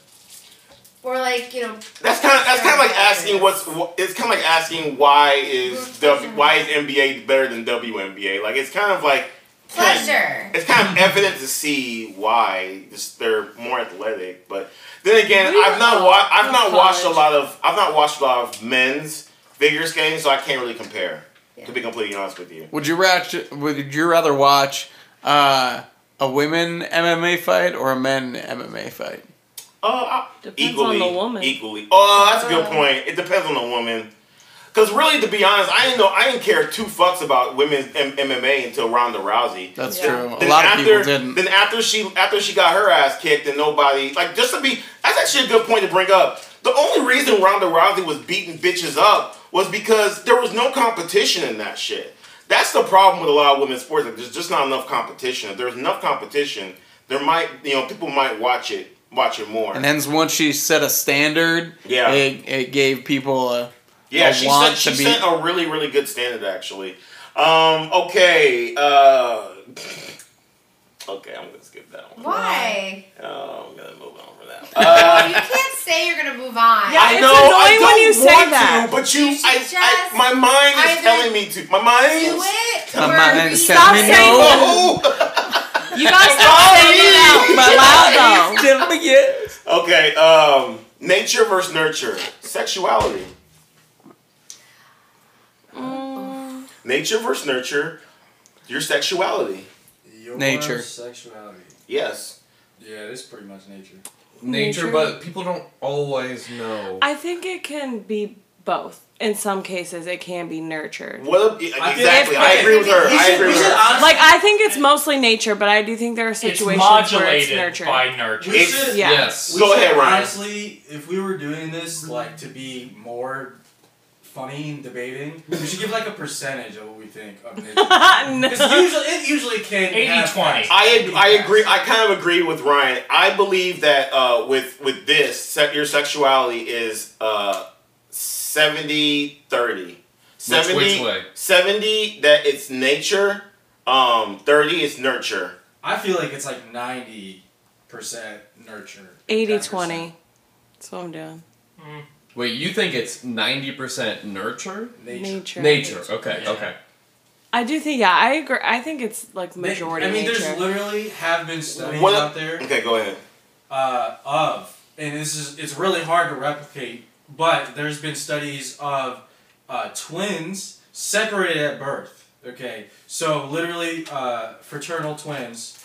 Speaker 4: Or like you know.
Speaker 1: That's kind of that's kind of like asking what's wh- it's kind of like asking why is w, why is NBA better than WNBA? Like it's kind of like
Speaker 4: pleasure.
Speaker 1: it's kind of evident to see why just they're more athletic. But then again,
Speaker 2: We were
Speaker 1: I've not
Speaker 2: all
Speaker 1: wa- I've
Speaker 2: in
Speaker 1: not watched a
Speaker 2: college.
Speaker 1: lot of I've not watched a lot of men's figure skating, so I can't really compare. To be completely honest with you,
Speaker 8: Would you rather would you rather watch uh a women MMA fight or a men MMA fight?
Speaker 1: uh, I-
Speaker 2: Depends on
Speaker 1: equally,
Speaker 2: the woman. Uh.
Speaker 1: equally. Oh, that's a good point. It depends on the woman. Because really, to be honest, I didn't know. I didn't care two fucks about women's M- MMA until Ronda Rousey.
Speaker 8: That's
Speaker 2: Yeah.
Speaker 8: true. A lot of
Speaker 1: after,
Speaker 8: people didn't.
Speaker 1: Then after she after she got her ass kicked and nobody like just to be that's actually a good point to bring up. The only reason Ronda Rousey was beating bitches up was because there was no competition in that shit. That's the problem with a lot of women's sports. Like, there's just not enough competition. If there's enough competition, there might you know people might watch it watch it more.
Speaker 8: And then once she set a standard,
Speaker 1: Yeah.
Speaker 8: it, it gave people a
Speaker 1: Yeah,
Speaker 8: a
Speaker 1: she
Speaker 8: want
Speaker 1: sent, she
Speaker 8: to be-
Speaker 1: sent a really, really good standard, actually. Um, okay. Uh, okay, I'm going to skip that one.
Speaker 4: Why?
Speaker 1: Oh, I'm going to move on from that. Uh,
Speaker 4: you can't say you're gonna move on.
Speaker 2: Yeah,
Speaker 1: I
Speaker 2: it's
Speaker 1: know I
Speaker 2: annoying
Speaker 1: don't
Speaker 2: when you say
Speaker 1: want
Speaker 2: that.
Speaker 1: to, but you,
Speaker 4: You should
Speaker 1: I,
Speaker 4: just
Speaker 1: I, my mind is
Speaker 4: either
Speaker 1: telling me to. My mind
Speaker 4: Do
Speaker 1: is.
Speaker 4: it.
Speaker 8: My
Speaker 4: or
Speaker 8: mind
Speaker 4: be-
Speaker 8: is
Speaker 2: Stop
Speaker 8: telling me
Speaker 2: saying
Speaker 8: no.
Speaker 2: that.
Speaker 1: Oh,
Speaker 2: You gotta stop saying it out.
Speaker 8: My
Speaker 2: loud
Speaker 8: mind is telling me yes.
Speaker 1: okay. Um, nature versus nurture, sexuality.
Speaker 2: Mm.
Speaker 1: Nature versus nurture, your sexuality.
Speaker 6: Your
Speaker 8: Nature.
Speaker 6: Sexuality.
Speaker 1: Yes.
Speaker 6: Yeah, it is pretty much nature.
Speaker 2: Nature.
Speaker 7: nature, but people don't always know.
Speaker 2: I think it can be both. In some cases, it can be nurtured.
Speaker 1: What? e,
Speaker 6: I feel-
Speaker 1: exactly. I agree with her.
Speaker 6: We
Speaker 1: I
Speaker 6: should-
Speaker 1: agree
Speaker 6: we
Speaker 1: with
Speaker 6: should
Speaker 1: her.
Speaker 6: honestly-
Speaker 2: Like I think it's mostly nature, but I do think there are
Speaker 5: It's
Speaker 2: situations where it's
Speaker 5: modulated
Speaker 2: nurtured.
Speaker 5: by nurture.
Speaker 6: we
Speaker 1: It's-
Speaker 6: should,
Speaker 2: yeah.
Speaker 7: Yes.
Speaker 6: we
Speaker 1: Go
Speaker 6: should
Speaker 1: ahead, Ryan.
Speaker 6: Honestly, if we were doing this like to be more funny and debating, we should give like a percentage of what we think of nature. Because
Speaker 2: No.
Speaker 6: usually, it usually can
Speaker 5: 80-20.
Speaker 1: I I agree. I kind of agree with Ryan. I believe that uh, with with this, se- your sexuality is uh, 70 30.
Speaker 7: which
Speaker 1: 70,
Speaker 7: way?
Speaker 1: 70 that it's nature, um, 30 is nurture.
Speaker 6: I feel like it's like ninety percent nurture.
Speaker 2: 80
Speaker 6: 20.
Speaker 2: 20. That's what I'm doing.
Speaker 7: Wait, you think it's ninety percent nurture?
Speaker 6: Nature.
Speaker 2: Nature.
Speaker 7: Nature. Okay.
Speaker 6: Yeah.
Speaker 7: Okay.
Speaker 2: I do think, yeah, I agree. I think it's like majority
Speaker 6: I mean,
Speaker 2: nature.
Speaker 6: there's literally have been studies
Speaker 1: What-
Speaker 6: out there
Speaker 1: Okay, go ahead.
Speaker 6: uh, of, and this is it's really hard to replicate, but there's been studies of uh, twins separated at birth. Okay, so literally uh, fraternal twins.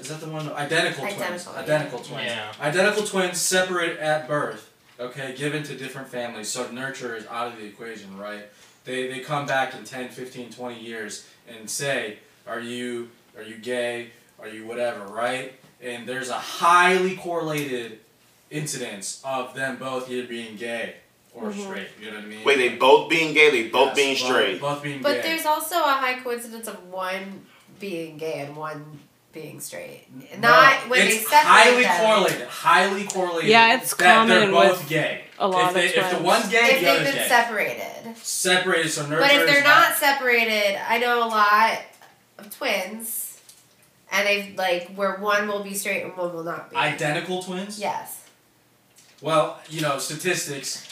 Speaker 6: Is that the one? Identical, twins.
Speaker 4: Identical, yeah.
Speaker 6: Identical twins.
Speaker 5: Yeah.
Speaker 6: Identical twins separated at birth. Okay, given to different families. So nurture is out of the equation, right? They, they come back in 10, 15, 20 years and say, are you are you gay? Are you whatever, right? And there's a highly correlated incidence of them both either being gay or
Speaker 4: Mm-hmm.
Speaker 6: straight. You know what I mean?
Speaker 1: Wait, they both being gay, they both
Speaker 6: Yes,
Speaker 1: being straight.
Speaker 6: Both, both being
Speaker 4: But
Speaker 6: gay.
Speaker 4: there's also a high coincidence of one being gay and one being straight.
Speaker 6: No,
Speaker 4: Not when
Speaker 6: it's
Speaker 4: they separate
Speaker 6: highly
Speaker 4: them.
Speaker 6: correlated. Highly correlated.
Speaker 2: Yeah, it's
Speaker 6: that they're
Speaker 2: common
Speaker 6: both
Speaker 2: with
Speaker 6: gay.
Speaker 2: a lot
Speaker 6: if
Speaker 2: of
Speaker 6: they, If the
Speaker 2: twins.
Speaker 6: one's gay,
Speaker 4: If
Speaker 6: the
Speaker 4: they've
Speaker 6: other's
Speaker 4: been
Speaker 6: gay.
Speaker 4: separated.
Speaker 6: Separated, so nurture.
Speaker 4: But if
Speaker 6: is
Speaker 4: they're not separated, I know a lot of twins, and they like where one will be straight and one will not be.
Speaker 6: identical twins.
Speaker 4: Yes.
Speaker 6: Well, you know, statistics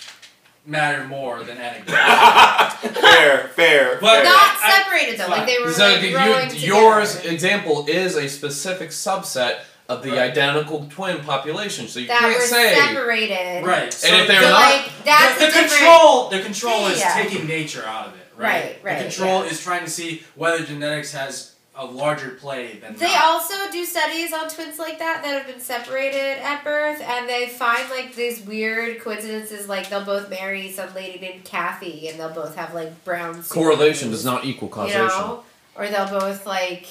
Speaker 6: matter more than anecdotes.
Speaker 1: fair, fair.
Speaker 6: But-
Speaker 1: fair.
Speaker 4: Not
Speaker 6: I-
Speaker 4: separated though, like they were
Speaker 7: So
Speaker 4: like,
Speaker 7: the-
Speaker 4: growing
Speaker 7: you, yours
Speaker 4: together.
Speaker 7: example is a specific subset of the
Speaker 6: Right.
Speaker 7: identical twin population, so you
Speaker 4: that
Speaker 7: can't
Speaker 4: were
Speaker 7: say.
Speaker 4: separated.
Speaker 6: right. So
Speaker 7: if they're
Speaker 4: So
Speaker 7: not-
Speaker 4: like that's
Speaker 6: the,
Speaker 4: a
Speaker 6: the
Speaker 4: different-
Speaker 6: control. The control is
Speaker 4: Yeah.
Speaker 6: taking nature out of it. Right.
Speaker 4: Right, right,
Speaker 6: The control
Speaker 4: yeah.
Speaker 6: is trying to see whether genetics has a larger play than.
Speaker 4: They
Speaker 6: not.
Speaker 4: also do studies on twins like that that have been separated at birth, and they find like these weird coincidences. Like they'll both marry some lady named Kathy, and they'll both have like brown.
Speaker 7: Correlation
Speaker 4: suitcases,
Speaker 7: does not equal
Speaker 4: You
Speaker 7: causation.
Speaker 4: know, or they'll both like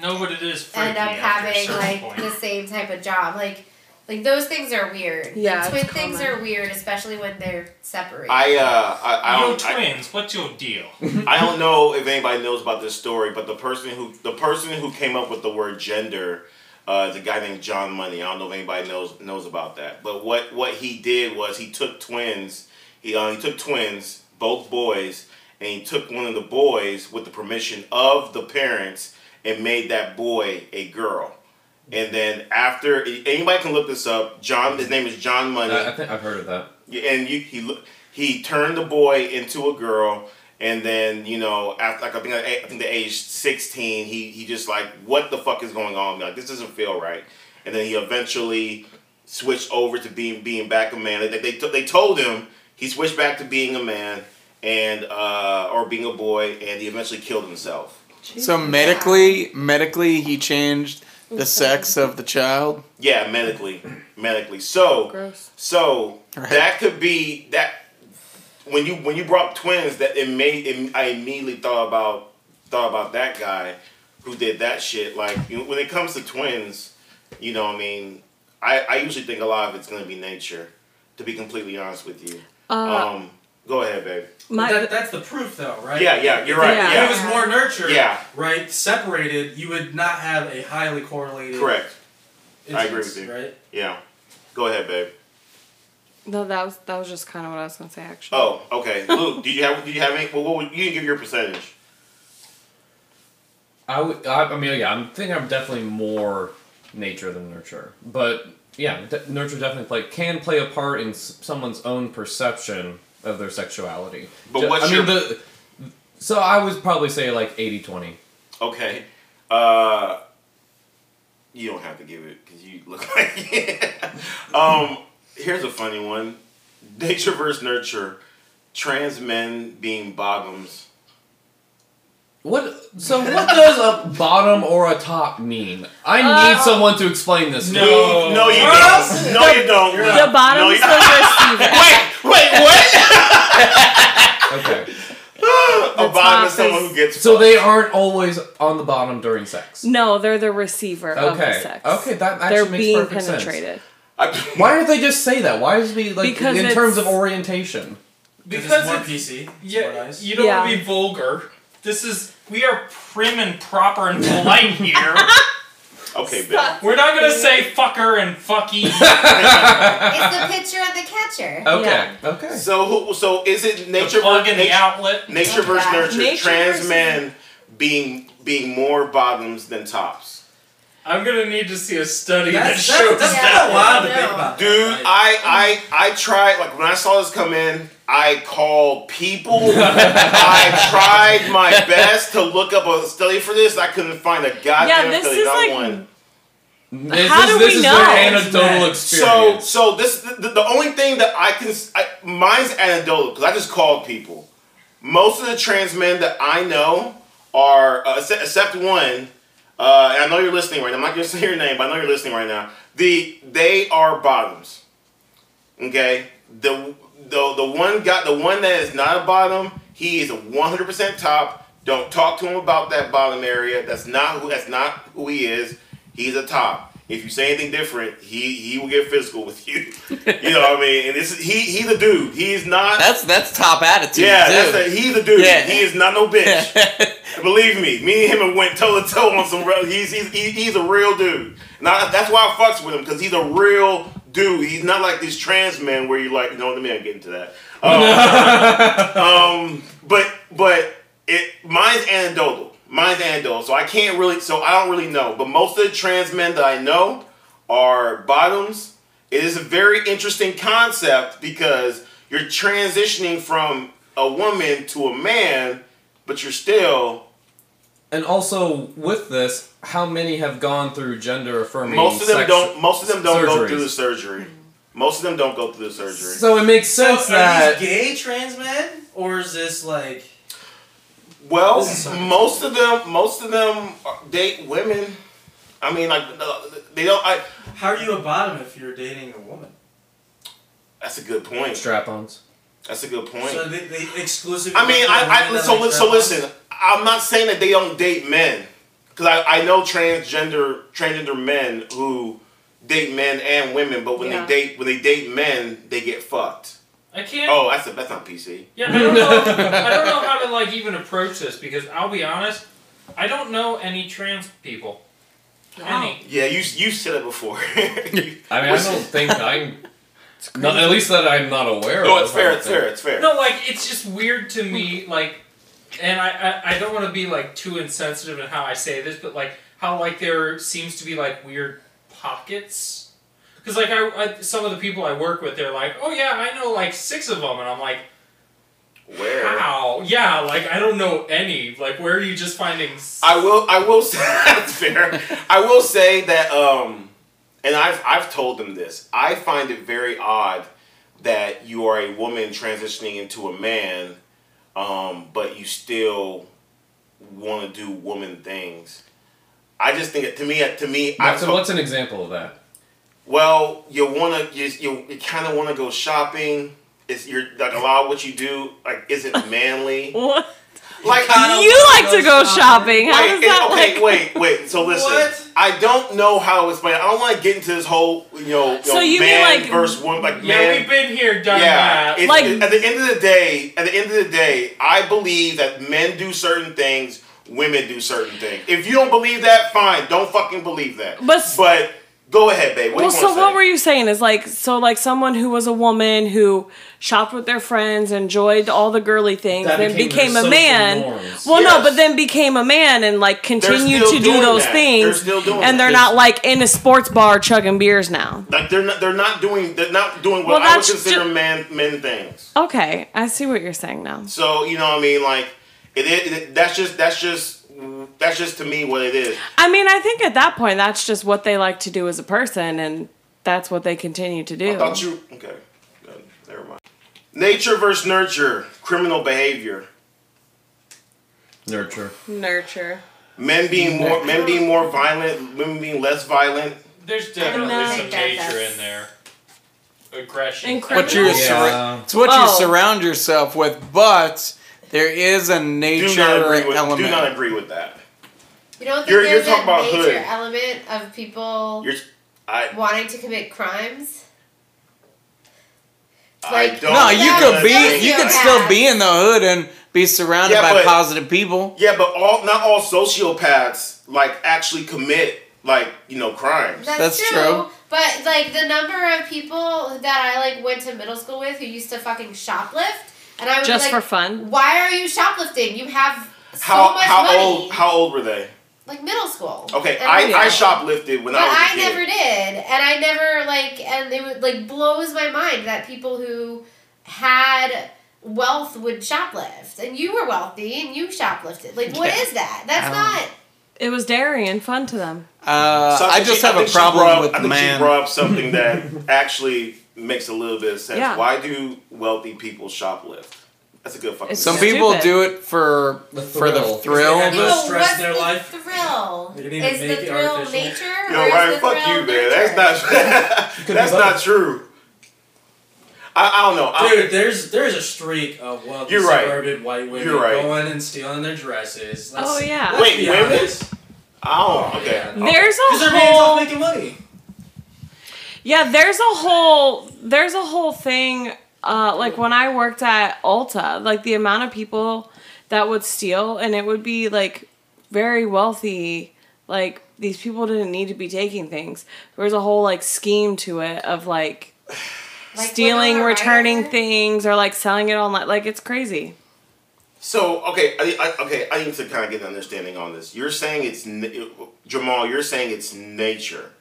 Speaker 5: Know what it is freaky
Speaker 4: end up
Speaker 5: after a
Speaker 4: having
Speaker 5: certain
Speaker 4: like
Speaker 5: point.
Speaker 4: the same type of job. Like, like those things are weird.
Speaker 2: Yeah,
Speaker 4: like, twin
Speaker 2: it's
Speaker 4: things
Speaker 2: common.
Speaker 4: are weird, especially when they're separated.
Speaker 1: I, uh, I, I
Speaker 5: Yo,
Speaker 1: don't. I-
Speaker 5: twins, what's your deal?
Speaker 1: I don't know if anybody knows about this story, but the person who the person who came up with the word gender uh, is a guy named John Money. I don't know if anybody knows knows about that. But what what he did was he took twins. He uh, he took twins, both boys, and he took one of the boys with the permission of the parents and made that boy a girl. And then after anybody can look this up, John his name is John Money.
Speaker 7: I, I think I've heard of that.
Speaker 1: Yeah, and you, he lo- he turned the boy into a girl, and then you know, after like I think I think the age sixteen, he he just like, what the fuck is going on? Like this doesn't feel right, and then he eventually switched over to being being back a man. They they, they told him he switched back to being a man and uh, or being a boy, and he eventually killed himself.
Speaker 8: So medically, medically, he changed the sex of the child.
Speaker 1: Yeah, medically, medically. So
Speaker 2: Gross.
Speaker 1: so
Speaker 8: Right.
Speaker 1: that could be that. when you when you brought up twins, that it made it, I immediately thought about thought about that guy who did that shit. Like you know, when it comes to twins, you know, what I mean, I I usually think a lot of it's gonna be nature. To be completely honest with you,
Speaker 2: Uh,
Speaker 1: um, go ahead, babe.
Speaker 2: my
Speaker 6: Oh. that, that's the proof, though, right?
Speaker 1: Yeah, yeah, you're right.
Speaker 2: Yeah.
Speaker 6: If it
Speaker 1: Yeah,
Speaker 6: was more nurtured,
Speaker 1: Yeah.
Speaker 6: right, separated, you would not have a highly correlated.
Speaker 1: correct. I agree
Speaker 6: instance,
Speaker 1: with you.
Speaker 6: Right?
Speaker 1: Yeah, go ahead, babe.
Speaker 2: no, that was that was just kind of what I was gonna say actually.
Speaker 1: Oh, okay. Luke, did you have did you have any? Well, what would, you didn't give your percentage.
Speaker 7: I would. I, I mean, yeah. I'm thinking I'm definitely more nature than nurture, but yeah, de- nurture definitely play can play a part in s- someone's own perception of their sexuality.
Speaker 1: But
Speaker 7: Ju-
Speaker 1: what's
Speaker 7: I mean,
Speaker 1: your-
Speaker 7: the, so I would probably say like 80-20.
Speaker 1: Okay. Uh, you don't have to give it because you look like um, here's a funny one: nature versus nurture. Trans men being bottoms.
Speaker 7: What? So what does a bottom or a top mean? I need
Speaker 2: Uh,
Speaker 7: someone to explain this. to me.
Speaker 5: No.
Speaker 1: no, you don't. No, you don't.
Speaker 2: The
Speaker 1: No,
Speaker 2: bottom's
Speaker 1: you-
Speaker 2: the receiver.
Speaker 1: wait, wait, what?
Speaker 7: Okay.
Speaker 1: a bottom is
Speaker 2: top
Speaker 1: someone
Speaker 2: is-
Speaker 1: who gets.
Speaker 7: So they aren't always on the bottom during sex.
Speaker 2: No, they're the receiver of the
Speaker 7: Okay.
Speaker 2: sex.
Speaker 7: Okay, that actually
Speaker 2: They're
Speaker 7: makes
Speaker 2: being
Speaker 7: perfect sense.
Speaker 2: penetrated.
Speaker 1: I-
Speaker 7: Why did they just say that? Why is we like
Speaker 2: Because
Speaker 7: in
Speaker 2: it's-
Speaker 7: terms of orientation?
Speaker 5: Because
Speaker 6: it's more
Speaker 5: it's-
Speaker 6: PC. it's more
Speaker 5: Yeah,
Speaker 6: nice.
Speaker 5: you don't want to
Speaker 2: Yeah.
Speaker 5: be vulgar. This is we are prim and proper and polite here.
Speaker 1: Okay, babe.
Speaker 4: Stop.
Speaker 5: We're not gonna say fucker and fucky.
Speaker 4: It's the picture of the catcher.
Speaker 7: Okay.
Speaker 2: Yeah.
Speaker 7: Okay.
Speaker 1: So who? So is it
Speaker 5: the
Speaker 1: nature
Speaker 5: plug
Speaker 1: versus
Speaker 5: in the
Speaker 1: nature?
Speaker 5: outlet.
Speaker 1: Nature versus
Speaker 4: Yeah.
Speaker 1: nurture.
Speaker 2: Nature
Speaker 1: Trans
Speaker 2: versus-
Speaker 1: men being being more bottoms than tops.
Speaker 5: I'm gonna need to see a study that
Speaker 6: That's, that's,
Speaker 5: shows
Speaker 6: that's
Speaker 5: that.
Speaker 6: not a lot to
Speaker 4: Yeah.
Speaker 6: think about.
Speaker 1: Dude,
Speaker 6: right?
Speaker 1: I I I tried like when I saw this come in, I called people. I tried my best to look up a study for this. I couldn't find a goddamn
Speaker 2: this
Speaker 1: study,
Speaker 2: is
Speaker 1: not
Speaker 2: like-
Speaker 1: one.
Speaker 7: This
Speaker 2: How
Speaker 7: is,
Speaker 2: do
Speaker 7: this
Speaker 2: we
Speaker 7: is
Speaker 2: know?
Speaker 7: their anecdotal
Speaker 1: So
Speaker 7: experience.
Speaker 1: so this the, the only thing that I can s I mine's anecdotal because I just called people. Most of the trans men that I know are uh, except, except one. Uh, and I know you're listening right now. I'm not gonna say your name, but I know you're listening right now. The they are bottoms. Okay. The the the one got the one that is not a bottom. He is a 100% top. Don't talk to him about that bottom area. That's not who. That's not who he is. He's a top. If you say anything different, he he will get physical with you. You know what I mean? And this is he he's a dude. He is not.
Speaker 8: That's that's top attitude.
Speaker 1: yeah,
Speaker 8: too.
Speaker 1: that's a, he's a dude.
Speaker 8: Yeah.
Speaker 1: He is not no bitch. Believe me, me and him went toe to toe on some. Real, he's he's he- he's a real dude. Now that's why I fucks with him because he's a real dude. He's not like these trans men where you like. No, let me not get into that. Um, um, but but it mine's anecdotal. Mine's anecdotal, so I can't really. So I don't really know. But most of the trans men that I know are bottoms. It is a very interesting concept because you're transitioning from a woman to a man, but you're still
Speaker 7: and also with this, how many have gone through gender affirming?
Speaker 1: Most of them
Speaker 7: sex-
Speaker 1: don't. Most of them don't go
Speaker 7: surgeries.
Speaker 1: through the surgery. Most of them don't go through the surgery.
Speaker 7: So it makes
Speaker 6: So,
Speaker 7: sense
Speaker 6: are
Speaker 7: that
Speaker 6: these gay trans men, or is this like?
Speaker 1: well,
Speaker 6: This is so-
Speaker 1: most of them. Most of them are- date women. I mean, like uh, they don't. I,
Speaker 6: How are you a bottom if you're dating a woman?
Speaker 1: that's a good point.
Speaker 7: strap-ons.
Speaker 1: That's a good point.
Speaker 6: So they, they exclusively.
Speaker 1: I mean,
Speaker 6: look at
Speaker 1: I, I
Speaker 6: women that
Speaker 1: so
Speaker 6: like
Speaker 1: li- so
Speaker 6: strap-ons?
Speaker 1: listen. I'm not saying that they don't date men, because I, I know transgender transgender men who date men and women, but when
Speaker 2: Yeah.
Speaker 1: they date when they date men, they get fucked.
Speaker 5: I can't.
Speaker 1: Oh, that's a, that's not PC.
Speaker 5: Yeah, I don't know. I don't know how to like even approach this because I'll be honest, I don't know any trans people. Any.
Speaker 1: Yeah, you you said it before.
Speaker 7: I mean, I don't think I'm. Not, at least that I'm not aware
Speaker 1: no,
Speaker 7: of.
Speaker 1: it's fair.
Speaker 7: I
Speaker 1: It's fair.
Speaker 7: think.
Speaker 1: It's fair.
Speaker 5: No, like it's just weird to me. Like, and I I, I don't want to be like too insensitive in how I say this, but like how like there seems to be like weird pockets. Because like I, I some of the people I work with, they're like, oh yeah, I know like six of them, and I'm like,
Speaker 1: Where?
Speaker 5: how? Yeah, like I don't know any. Like where are you just finding? s-
Speaker 1: I will. I will. Say, that's fair. I will say that. Um, and I've I've told them this. I find it very odd that you are a woman transitioning into a man, um, but you still want to do woman things. I just think that to me, to me, I've
Speaker 7: What's,
Speaker 1: told-
Speaker 7: what's an example of that?
Speaker 1: well, you wanna you you, you kind of want to go shopping. It's you're like a lot of what you do like isn't manly.
Speaker 2: What?
Speaker 1: Like
Speaker 2: You like to go shopping. How
Speaker 1: Wait,
Speaker 2: does that
Speaker 1: it- okay, wait,
Speaker 2: like?
Speaker 1: wait. So listen,
Speaker 3: What?
Speaker 1: I don't know how to explain. it. I don't want to get into this whole you know,
Speaker 2: So you mean,
Speaker 1: man
Speaker 2: like,
Speaker 1: versus woman, like
Speaker 5: Yeah,
Speaker 1: man.
Speaker 5: we've been here, done
Speaker 1: yeah,
Speaker 5: that.
Speaker 1: it's-
Speaker 2: Like-
Speaker 1: it- at the end of the day, at the end of the day, I believe that men do certain things, women do certain things. If you don't believe that, fine, don't fucking believe that.
Speaker 2: But s-
Speaker 1: but go ahead, babe. What
Speaker 2: Well,
Speaker 1: do you
Speaker 2: so
Speaker 1: want to
Speaker 2: what were you saying? Is like so like someone who was a woman who shopped with their friends, enjoyed all the girly things,
Speaker 7: That
Speaker 2: then
Speaker 7: became
Speaker 2: became
Speaker 7: their
Speaker 2: a
Speaker 7: social
Speaker 2: man.
Speaker 7: norms.
Speaker 2: Well, no,
Speaker 1: Yes.
Speaker 2: but then became a man and like continued
Speaker 1: still
Speaker 2: to do
Speaker 1: doing
Speaker 2: those
Speaker 1: that.
Speaker 2: things,
Speaker 1: They're still doing
Speaker 2: and
Speaker 1: that.
Speaker 2: they're not like in a sports bar chugging beers now.
Speaker 1: Like they're not, they're not doing, they're not doing
Speaker 2: Well,
Speaker 1: what I would
Speaker 2: that's
Speaker 1: consider
Speaker 2: ju-
Speaker 1: man men things.
Speaker 2: Okay, I see what you're saying now.
Speaker 1: So you know what I mean? Like it, is- it- that's just that's just that's just to me what it is.
Speaker 2: I mean, I think at that point, that's just what they like to do as a person, and that's what they continue to do.
Speaker 1: I thought you okay. Good. Never mind. Nature versus nurture, criminal behavior.
Speaker 7: Nurture.
Speaker 2: Nurture.
Speaker 1: Men being more men being more violent, women being less violent.
Speaker 5: There's
Speaker 2: I
Speaker 5: definitely
Speaker 2: don't
Speaker 5: some
Speaker 4: know.
Speaker 5: nature in there. Aggression.
Speaker 2: And
Speaker 8: What you
Speaker 2: Yeah.
Speaker 7: Uh,
Speaker 8: surra- it's what you
Speaker 2: Oh.
Speaker 8: surround yourself with, but there is a nature
Speaker 1: Do not agree with
Speaker 8: element.
Speaker 1: do not agree with that.
Speaker 4: You don't think
Speaker 1: You're- you're
Speaker 4: there's
Speaker 1: talking
Speaker 4: a
Speaker 1: about
Speaker 4: major
Speaker 1: hood.
Speaker 4: element of people
Speaker 1: You're I
Speaker 4: wanting to commit crimes?
Speaker 1: I
Speaker 4: Like-
Speaker 1: don't
Speaker 8: no, you
Speaker 1: think
Speaker 8: could
Speaker 1: that's-
Speaker 8: be you could still be in the hood and be surrounded
Speaker 1: Yeah,
Speaker 8: by
Speaker 1: but-
Speaker 8: positive people.
Speaker 1: Yeah, but all not all sociopaths like actually commit like, you know, crimes.
Speaker 4: That's,
Speaker 8: That's
Speaker 4: true,
Speaker 8: true.
Speaker 4: But like the number of people that I like went to middle school with who used to fucking shoplift, and I was
Speaker 2: Just
Speaker 4: like,
Speaker 2: for fun?
Speaker 4: Why are you shoplifting? You have so
Speaker 1: How
Speaker 4: much
Speaker 1: how
Speaker 4: money.
Speaker 1: old how old were they?
Speaker 4: like middle school.
Speaker 1: Okay,
Speaker 4: And
Speaker 1: I,
Speaker 4: high
Speaker 1: I
Speaker 4: school.
Speaker 1: shoplifted when
Speaker 4: But
Speaker 1: I was a
Speaker 4: I
Speaker 1: kid.
Speaker 4: never did, and I never like, and it would like blows my mind that people who had wealth would shoplift, and you were wealthy and you shoplifted. Like, what is
Speaker 8: Yeah.
Speaker 4: that? That's
Speaker 8: Um,
Speaker 4: not.
Speaker 2: It was dairy and fun to them.
Speaker 8: Uh,
Speaker 1: So
Speaker 8: I
Speaker 1: think
Speaker 8: just
Speaker 1: she-
Speaker 8: have a
Speaker 1: think she
Speaker 8: problem
Speaker 1: brought up-
Speaker 8: with
Speaker 1: I
Speaker 8: the
Speaker 1: think she
Speaker 8: man.
Speaker 1: brought up something that actually makes a little bit of sense.
Speaker 2: Yeah.
Speaker 1: Why do wealthy people shoplift? That's a good fucking.
Speaker 2: It's
Speaker 8: Some
Speaker 1: question.
Speaker 2: stupid.
Speaker 8: people do it for
Speaker 7: The
Speaker 8: for the
Speaker 7: thrill.
Speaker 8: thrill.
Speaker 4: You
Speaker 6: They
Speaker 4: know,
Speaker 6: Less stress
Speaker 4: what's
Speaker 6: in their
Speaker 4: the
Speaker 6: life.
Speaker 4: thrill?
Speaker 6: They didn't even
Speaker 4: Is
Speaker 6: make
Speaker 4: the
Speaker 6: it
Speaker 4: thrill
Speaker 6: artificial.
Speaker 4: nature?
Speaker 1: Yo,
Speaker 4: or is
Speaker 1: right?
Speaker 4: the
Speaker 1: Fuck
Speaker 4: thrill
Speaker 1: you, man.
Speaker 4: nurture?
Speaker 1: That's not.
Speaker 7: be
Speaker 1: that's
Speaker 7: both.
Speaker 1: not true. I, I don't know. I,
Speaker 6: Dude, there's there's a streak of wealthy
Speaker 1: You're right.
Speaker 6: suburban white women
Speaker 1: You're right.
Speaker 6: going and stealing their dresses. Let's,
Speaker 2: Oh, yeah.
Speaker 6: let's
Speaker 1: Wait,
Speaker 6: be
Speaker 1: women?
Speaker 6: honest.
Speaker 1: I don't.
Speaker 6: Oh,
Speaker 1: Okay.
Speaker 6: yeah.
Speaker 2: There's a
Speaker 6: Because their man's
Speaker 2: whole
Speaker 6: off making money.
Speaker 2: Yeah, there's a whole there's a whole thing. Uh, like when I worked at Ulta, like the amount of people that would steal, and it would be like very wealthy. Like these people didn't need to be taking things. There was a whole like scheme to it of like,
Speaker 4: Like
Speaker 2: stealing,
Speaker 4: Winona
Speaker 2: returning
Speaker 4: Ryder?
Speaker 2: things, or like selling it online. Like it's crazy.
Speaker 1: So okay, I, I, okay, I need to kind of get an understanding on this. You're saying it's na- Jamal. You're saying it's nature.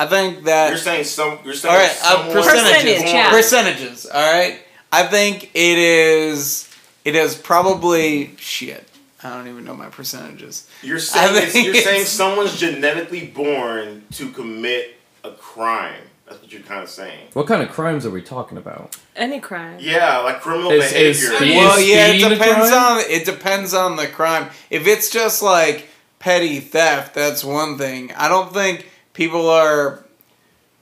Speaker 8: I think
Speaker 1: You're
Speaker 8: that
Speaker 1: saying some. You're saying
Speaker 8: all right, uh,
Speaker 1: someone-
Speaker 8: percentages,
Speaker 2: Percentage, yeah.
Speaker 8: percentages. All right, I think it is it is probably shit. I don't even know my percentages.
Speaker 1: You're saying it's,
Speaker 8: think
Speaker 1: you're saying
Speaker 8: it's-
Speaker 1: someone's genetically born to commit a crime. That's what you're kind of saying.
Speaker 7: What kind of crimes are we talking about?
Speaker 2: Any crime.
Speaker 1: Yeah, like criminal
Speaker 7: Is- is
Speaker 1: behavior.
Speaker 7: speed-
Speaker 8: Well, yeah, it
Speaker 7: speed a
Speaker 8: depends
Speaker 7: crime?
Speaker 8: on it depends on the crime. If it's just like petty theft, that's one thing. I don't think people are.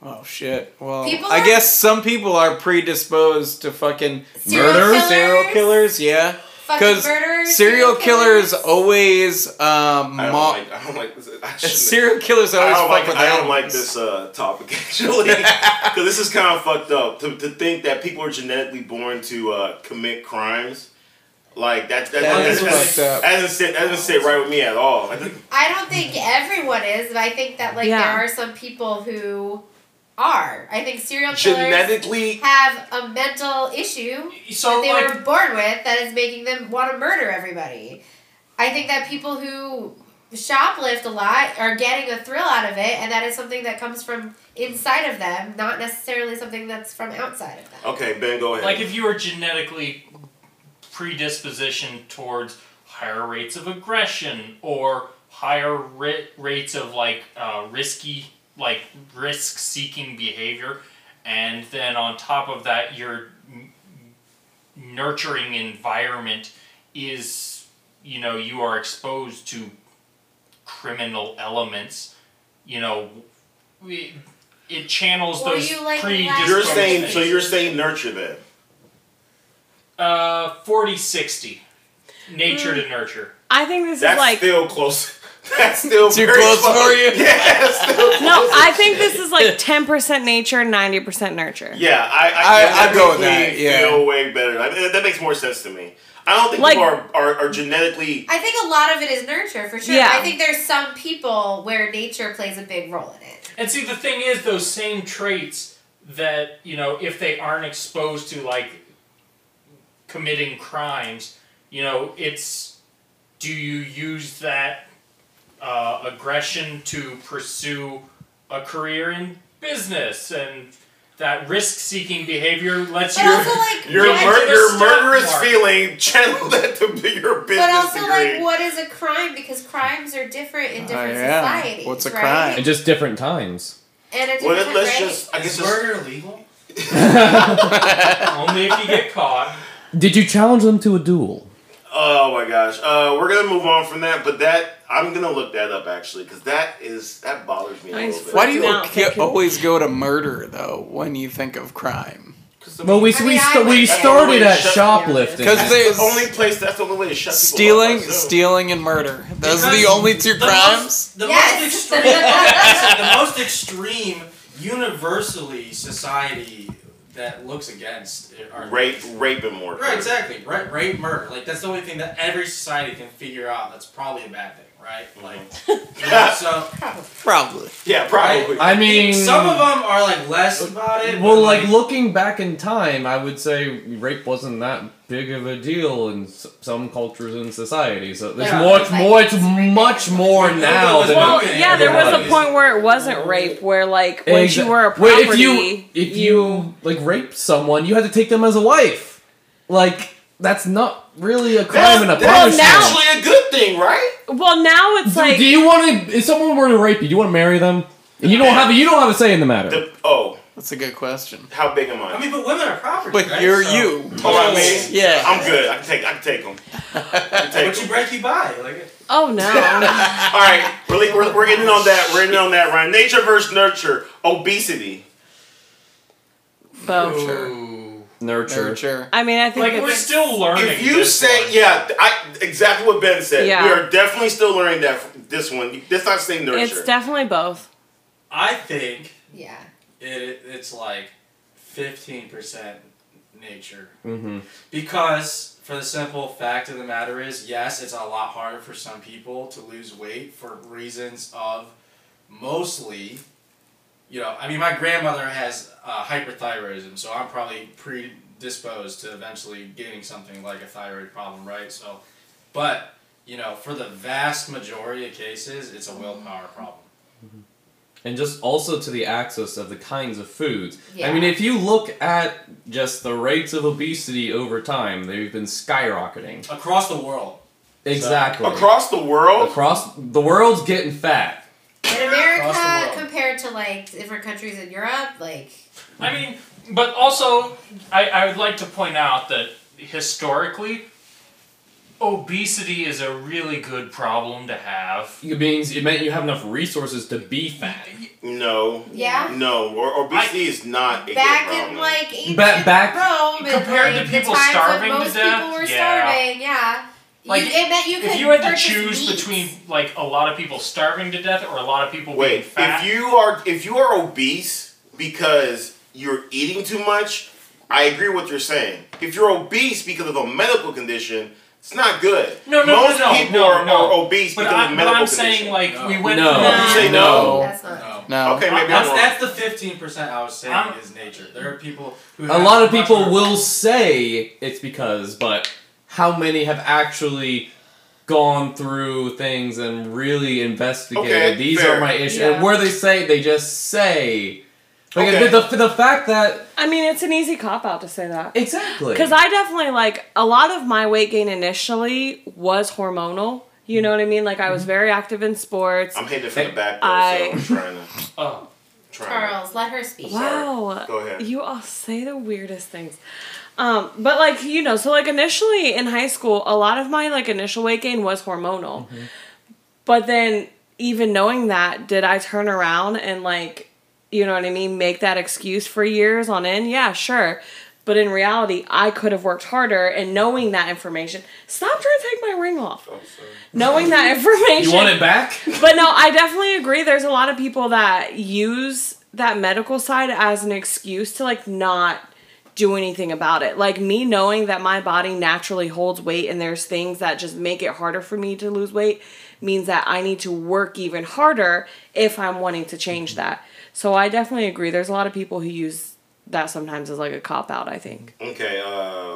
Speaker 8: Oh shit! Well,
Speaker 4: People
Speaker 8: I
Speaker 4: are-
Speaker 8: guess some people are predisposed to fucking
Speaker 4: Serial
Speaker 7: Murder?
Speaker 4: killers?
Speaker 8: serial killers. Yeah,
Speaker 4: Fucking
Speaker 8: because
Speaker 4: murderers,
Speaker 8: serial killers always um,
Speaker 1: I don't
Speaker 8: ma-
Speaker 1: like. I don't like this. I shouldn't-
Speaker 8: serial killers
Speaker 1: I
Speaker 8: always
Speaker 1: don't
Speaker 8: fuck
Speaker 1: like.
Speaker 8: with
Speaker 1: I don't like
Speaker 8: animals.
Speaker 1: this uh, topic actually, because this is kind of fucked up. To, to think that people are genetically born to uh, commit crimes, like that. That,
Speaker 8: That
Speaker 1: that,
Speaker 8: is
Speaker 1: that, that,
Speaker 8: fucked up.
Speaker 1: doesn't sit. That doesn't sit right with me at all. I think
Speaker 4: I don't think everyone is, but I think that like
Speaker 2: Yeah.
Speaker 4: there are some people who are. I think serial killers
Speaker 1: genetically.
Speaker 4: have a mental issue
Speaker 5: So
Speaker 4: that they
Speaker 5: like
Speaker 4: were born with that is making them want to murder everybody. I think that people who shoplift a lot are getting a thrill out of it, and that is something that comes from inside of them, not necessarily something that's from outside of them.
Speaker 1: Okay, Ben, go ahead.
Speaker 5: like if you were genetically predisposition towards higher rates of aggression or higher ri- rates of like uh, risky like risk seeking behavior and then on top of that your n- nurturing environment is you know you are exposed to criminal elements you know we, it channels
Speaker 4: Or
Speaker 5: those
Speaker 4: you, like,
Speaker 5: pre
Speaker 4: laugh.
Speaker 1: You're
Speaker 4: That's
Speaker 1: saying
Speaker 4: crazy.
Speaker 1: so. You're saying nurture then.
Speaker 5: uh 40 60 nature to nurture
Speaker 2: I think this
Speaker 1: That's
Speaker 2: is like
Speaker 1: still close. That's still
Speaker 8: Too
Speaker 1: very
Speaker 8: close for you?
Speaker 1: Yeah, that's still close.
Speaker 2: no. I think this is like ten percent nature, ninety percent nurture.
Speaker 1: Yeah, I
Speaker 8: I-
Speaker 1: I,
Speaker 8: I'd go with
Speaker 1: definitely
Speaker 8: that, yeah.
Speaker 1: Feel way better. I, that makes more sense to me. I don't think
Speaker 2: Like-
Speaker 1: people are, are, are genetically.
Speaker 4: I think a lot of it is nurture for sure.
Speaker 2: Yeah.
Speaker 4: I think there's some people where nature plays a big role in it.
Speaker 5: and see the thing is those same traits that you know if they aren't exposed to like committing crimes you know it's do you use that uh, aggression to pursue a career in business and that risk-seeking behavior lets
Speaker 4: But
Speaker 5: you
Speaker 4: also like
Speaker 1: Your,
Speaker 5: Yeah,
Speaker 1: mur-
Speaker 5: it's
Speaker 1: your
Speaker 5: just
Speaker 1: murderous
Speaker 5: not-
Speaker 1: feeling channeled that to be your business
Speaker 4: But also
Speaker 1: degree.
Speaker 4: like what is a crime? Because crimes are different in
Speaker 8: Oh,
Speaker 4: different
Speaker 8: yeah.
Speaker 4: societies.
Speaker 8: What's a
Speaker 4: right?
Speaker 8: crime?
Speaker 7: And just different times.
Speaker 4: And a
Speaker 1: Well,
Speaker 4: different
Speaker 1: let's
Speaker 4: rate.
Speaker 1: just. I guess
Speaker 6: Is
Speaker 1: just
Speaker 6: murder legal?
Speaker 5: only if you get caught
Speaker 7: Did you challenge them to a duel?
Speaker 1: Oh my gosh. Uh, we're gonna move on from that, but that I'm gonna look that up actually because that is that bothers me a
Speaker 2: Nice.
Speaker 1: little bit.
Speaker 8: Why do you
Speaker 2: No,
Speaker 8: ac-
Speaker 2: thank you.
Speaker 8: always go to murder though when you think of crime?
Speaker 1: 'Cause the-
Speaker 7: Well, we
Speaker 4: I
Speaker 7: we,
Speaker 4: mean, I
Speaker 7: st-
Speaker 4: would-
Speaker 7: we
Speaker 4: That's
Speaker 7: started
Speaker 1: always
Speaker 7: at
Speaker 1: shut-
Speaker 7: shoplifting.
Speaker 8: Because they
Speaker 1: That's the only place. That's the only way to shut people
Speaker 8: stealing,
Speaker 1: up, so-
Speaker 8: stealing, and murder. Those are the
Speaker 6: Because
Speaker 8: only two
Speaker 6: the
Speaker 8: crimes.
Speaker 6: Most, the
Speaker 4: Yes.
Speaker 6: most extreme. listen, the most extreme universally society that looks against are
Speaker 1: rape, rape, and murder.
Speaker 6: Right, exactly. Right, rape, murder. Like that's the only thing that every society can figure out. That's probably a bad thing, right?
Speaker 8: Mm-hmm.
Speaker 6: Like, you know, so
Speaker 8: Probably.
Speaker 1: Yeah, probably.
Speaker 7: I mean,
Speaker 6: some of them are like less about it.
Speaker 7: Well,
Speaker 6: but,
Speaker 7: like looking back in time, I would say rape wasn't that big of a deal in s- some cultures and societies. So there's
Speaker 6: Yeah.
Speaker 7: much more. It's much more now
Speaker 6: Well,
Speaker 7: than.
Speaker 2: Well,
Speaker 6: Okay.
Speaker 2: yeah, there was a
Speaker 7: Yeah.
Speaker 2: point where it wasn't rape, where like when
Speaker 7: Exa-
Speaker 2: you were a
Speaker 7: Wait,
Speaker 2: property,
Speaker 7: if you if you like raped someone, you had to take them as a wife. Like that's not really a crime
Speaker 1: That's,
Speaker 7: and a
Speaker 1: that's
Speaker 7: punishment.
Speaker 2: now-
Speaker 1: actually a good thing, right?
Speaker 2: well now it's
Speaker 7: Do-
Speaker 2: like
Speaker 7: do you want to? If someone were to rape you, do you want to marry them? And you don't have a, you don't have a say in the matter.
Speaker 1: The, oh,
Speaker 8: That's a good question.
Speaker 1: how big am I?
Speaker 6: I mean, but women are property.
Speaker 8: But
Speaker 6: right?
Speaker 8: you're
Speaker 6: So-
Speaker 8: you.
Speaker 1: oh, I mean,
Speaker 8: Yeah.
Speaker 1: I'm good. I can take. I can take them. I can take
Speaker 6: What
Speaker 1: 'em.
Speaker 6: you break, you buy. Like,
Speaker 2: oh no
Speaker 1: All right, really, we're, we're getting on that. We're getting on that, Ryan. Nature versus nurture. Obesity.
Speaker 2: both.
Speaker 5: Ooh.
Speaker 7: Nurture.
Speaker 8: Nurture.
Speaker 2: I mean I think
Speaker 5: like we're
Speaker 2: it's,
Speaker 5: still learning
Speaker 1: If you
Speaker 5: this
Speaker 1: say
Speaker 5: one.
Speaker 1: yeah, I exactly what Ben said.
Speaker 2: Yeah.
Speaker 1: We are definitely still learning that from this one. You- That's not saying nurture.
Speaker 2: it's definitely both.
Speaker 6: I think
Speaker 4: Yeah.
Speaker 6: it it's like fifteen percent nature
Speaker 7: Mm-hmm.
Speaker 6: Because, for the simple fact of the matter is, yes, it's a lot harder for some people to lose weight for reasons of mostly, you know, I mean, my grandmother has uh, hyperthyroidism, so I'm probably predisposed to eventually getting something like a thyroid problem, right? So, but, you know, for the vast majority of cases, it's a willpower problem.
Speaker 7: and just also to the access of the kinds of foods. I
Speaker 4: Yeah.
Speaker 7: mean, if you look at just the rates of obesity over time, they've been skyrocketing.
Speaker 6: Across the world.
Speaker 7: Exactly.
Speaker 1: Across the world,
Speaker 7: Across the world's getting fat.
Speaker 4: In
Speaker 6: Across the
Speaker 4: America
Speaker 6: world.
Speaker 4: compared to like different countries in Europe, like
Speaker 5: I mean, but also, I, I would like to point out that historically, obesity is a really good problem to have.
Speaker 7: It means it meant you have enough resources to be fat.
Speaker 1: no,
Speaker 4: yeah.
Speaker 1: no, or obesity is not a
Speaker 4: Back
Speaker 1: good problem.
Speaker 4: in like ancient
Speaker 7: Ba- back-
Speaker 4: Rome, and,
Speaker 5: Compared to
Speaker 4: like,
Speaker 5: people
Speaker 4: the times
Speaker 5: starving to
Speaker 4: when most
Speaker 5: death,
Speaker 4: people were
Speaker 5: yeah.
Speaker 4: starving, yeah.
Speaker 5: Like,
Speaker 4: you, it meant you could
Speaker 5: If you had to
Speaker 4: purchase
Speaker 5: choose
Speaker 4: meat.
Speaker 5: between like a lot of people starving to death or a lot of people being
Speaker 1: Wait,
Speaker 5: fat,
Speaker 1: if you are if you are obese because you're eating too much, I agree with what you're saying. If you're obese because of a medical condition, it's not good.
Speaker 5: No, no,
Speaker 1: Most
Speaker 5: no, no,
Speaker 1: people
Speaker 5: no,
Speaker 1: are,
Speaker 5: no.
Speaker 1: are obese
Speaker 5: but
Speaker 1: because
Speaker 5: I,
Speaker 1: of
Speaker 5: but
Speaker 1: medical
Speaker 5: I'm
Speaker 1: condition.
Speaker 5: saying like we
Speaker 6: No.
Speaker 5: went
Speaker 7: No.
Speaker 5: from
Speaker 4: You say
Speaker 8: no.
Speaker 4: That's not.
Speaker 6: No.
Speaker 8: No.
Speaker 1: Okay, maybe I'm
Speaker 6: that's,
Speaker 1: wrong.
Speaker 6: that's the fifteen percent I was saying
Speaker 5: I'm-
Speaker 6: is nature. There are people who
Speaker 7: A
Speaker 6: have
Speaker 7: lot of
Speaker 6: much
Speaker 7: people
Speaker 6: more-
Speaker 7: will say it's because, but how many have actually gone through things and really investigated?
Speaker 1: Okay,
Speaker 7: These
Speaker 1: fair.
Speaker 7: are my issues.
Speaker 4: Yeah.
Speaker 7: And where they say, they just say. Like,
Speaker 1: Okay.
Speaker 7: the, the, the fact that
Speaker 2: I mean it's an easy cop out to say that.
Speaker 7: Exactly.
Speaker 2: Because I definitely like a lot of my weight gain initially was hormonal. You know what I mean? Like I was very active in sports.
Speaker 1: I'm hitting it from the back, though,
Speaker 2: I-
Speaker 1: so I'm trying to
Speaker 5: Oh,
Speaker 1: trying. to-
Speaker 4: Charles, let her speak.
Speaker 2: Wow.
Speaker 1: Go ahead.
Speaker 2: You all say the weirdest things. Um, but like, you know, so like initially in high school, a lot of my like initial weight gain was hormonal.
Speaker 1: Mm-hmm.
Speaker 2: But then even knowing that, did I turn around and like you know what I mean, make that excuse for years on end, yeah, sure. But in reality, I could have worked harder and knowing that information. Stop trying to take my ring off. Knowing that information.
Speaker 7: You want it back?
Speaker 2: But no, I definitely agree. There's a lot of people that use that medical side as an excuse to like not do anything about it. Like me knowing that my body naturally holds weight and there's things that just make it harder for me to lose weight means that I need to work even harder if I'm wanting to change that. So I definitely agree. There's a lot of people who use that sometimes as like a cop out, I think.
Speaker 1: Okay, uh,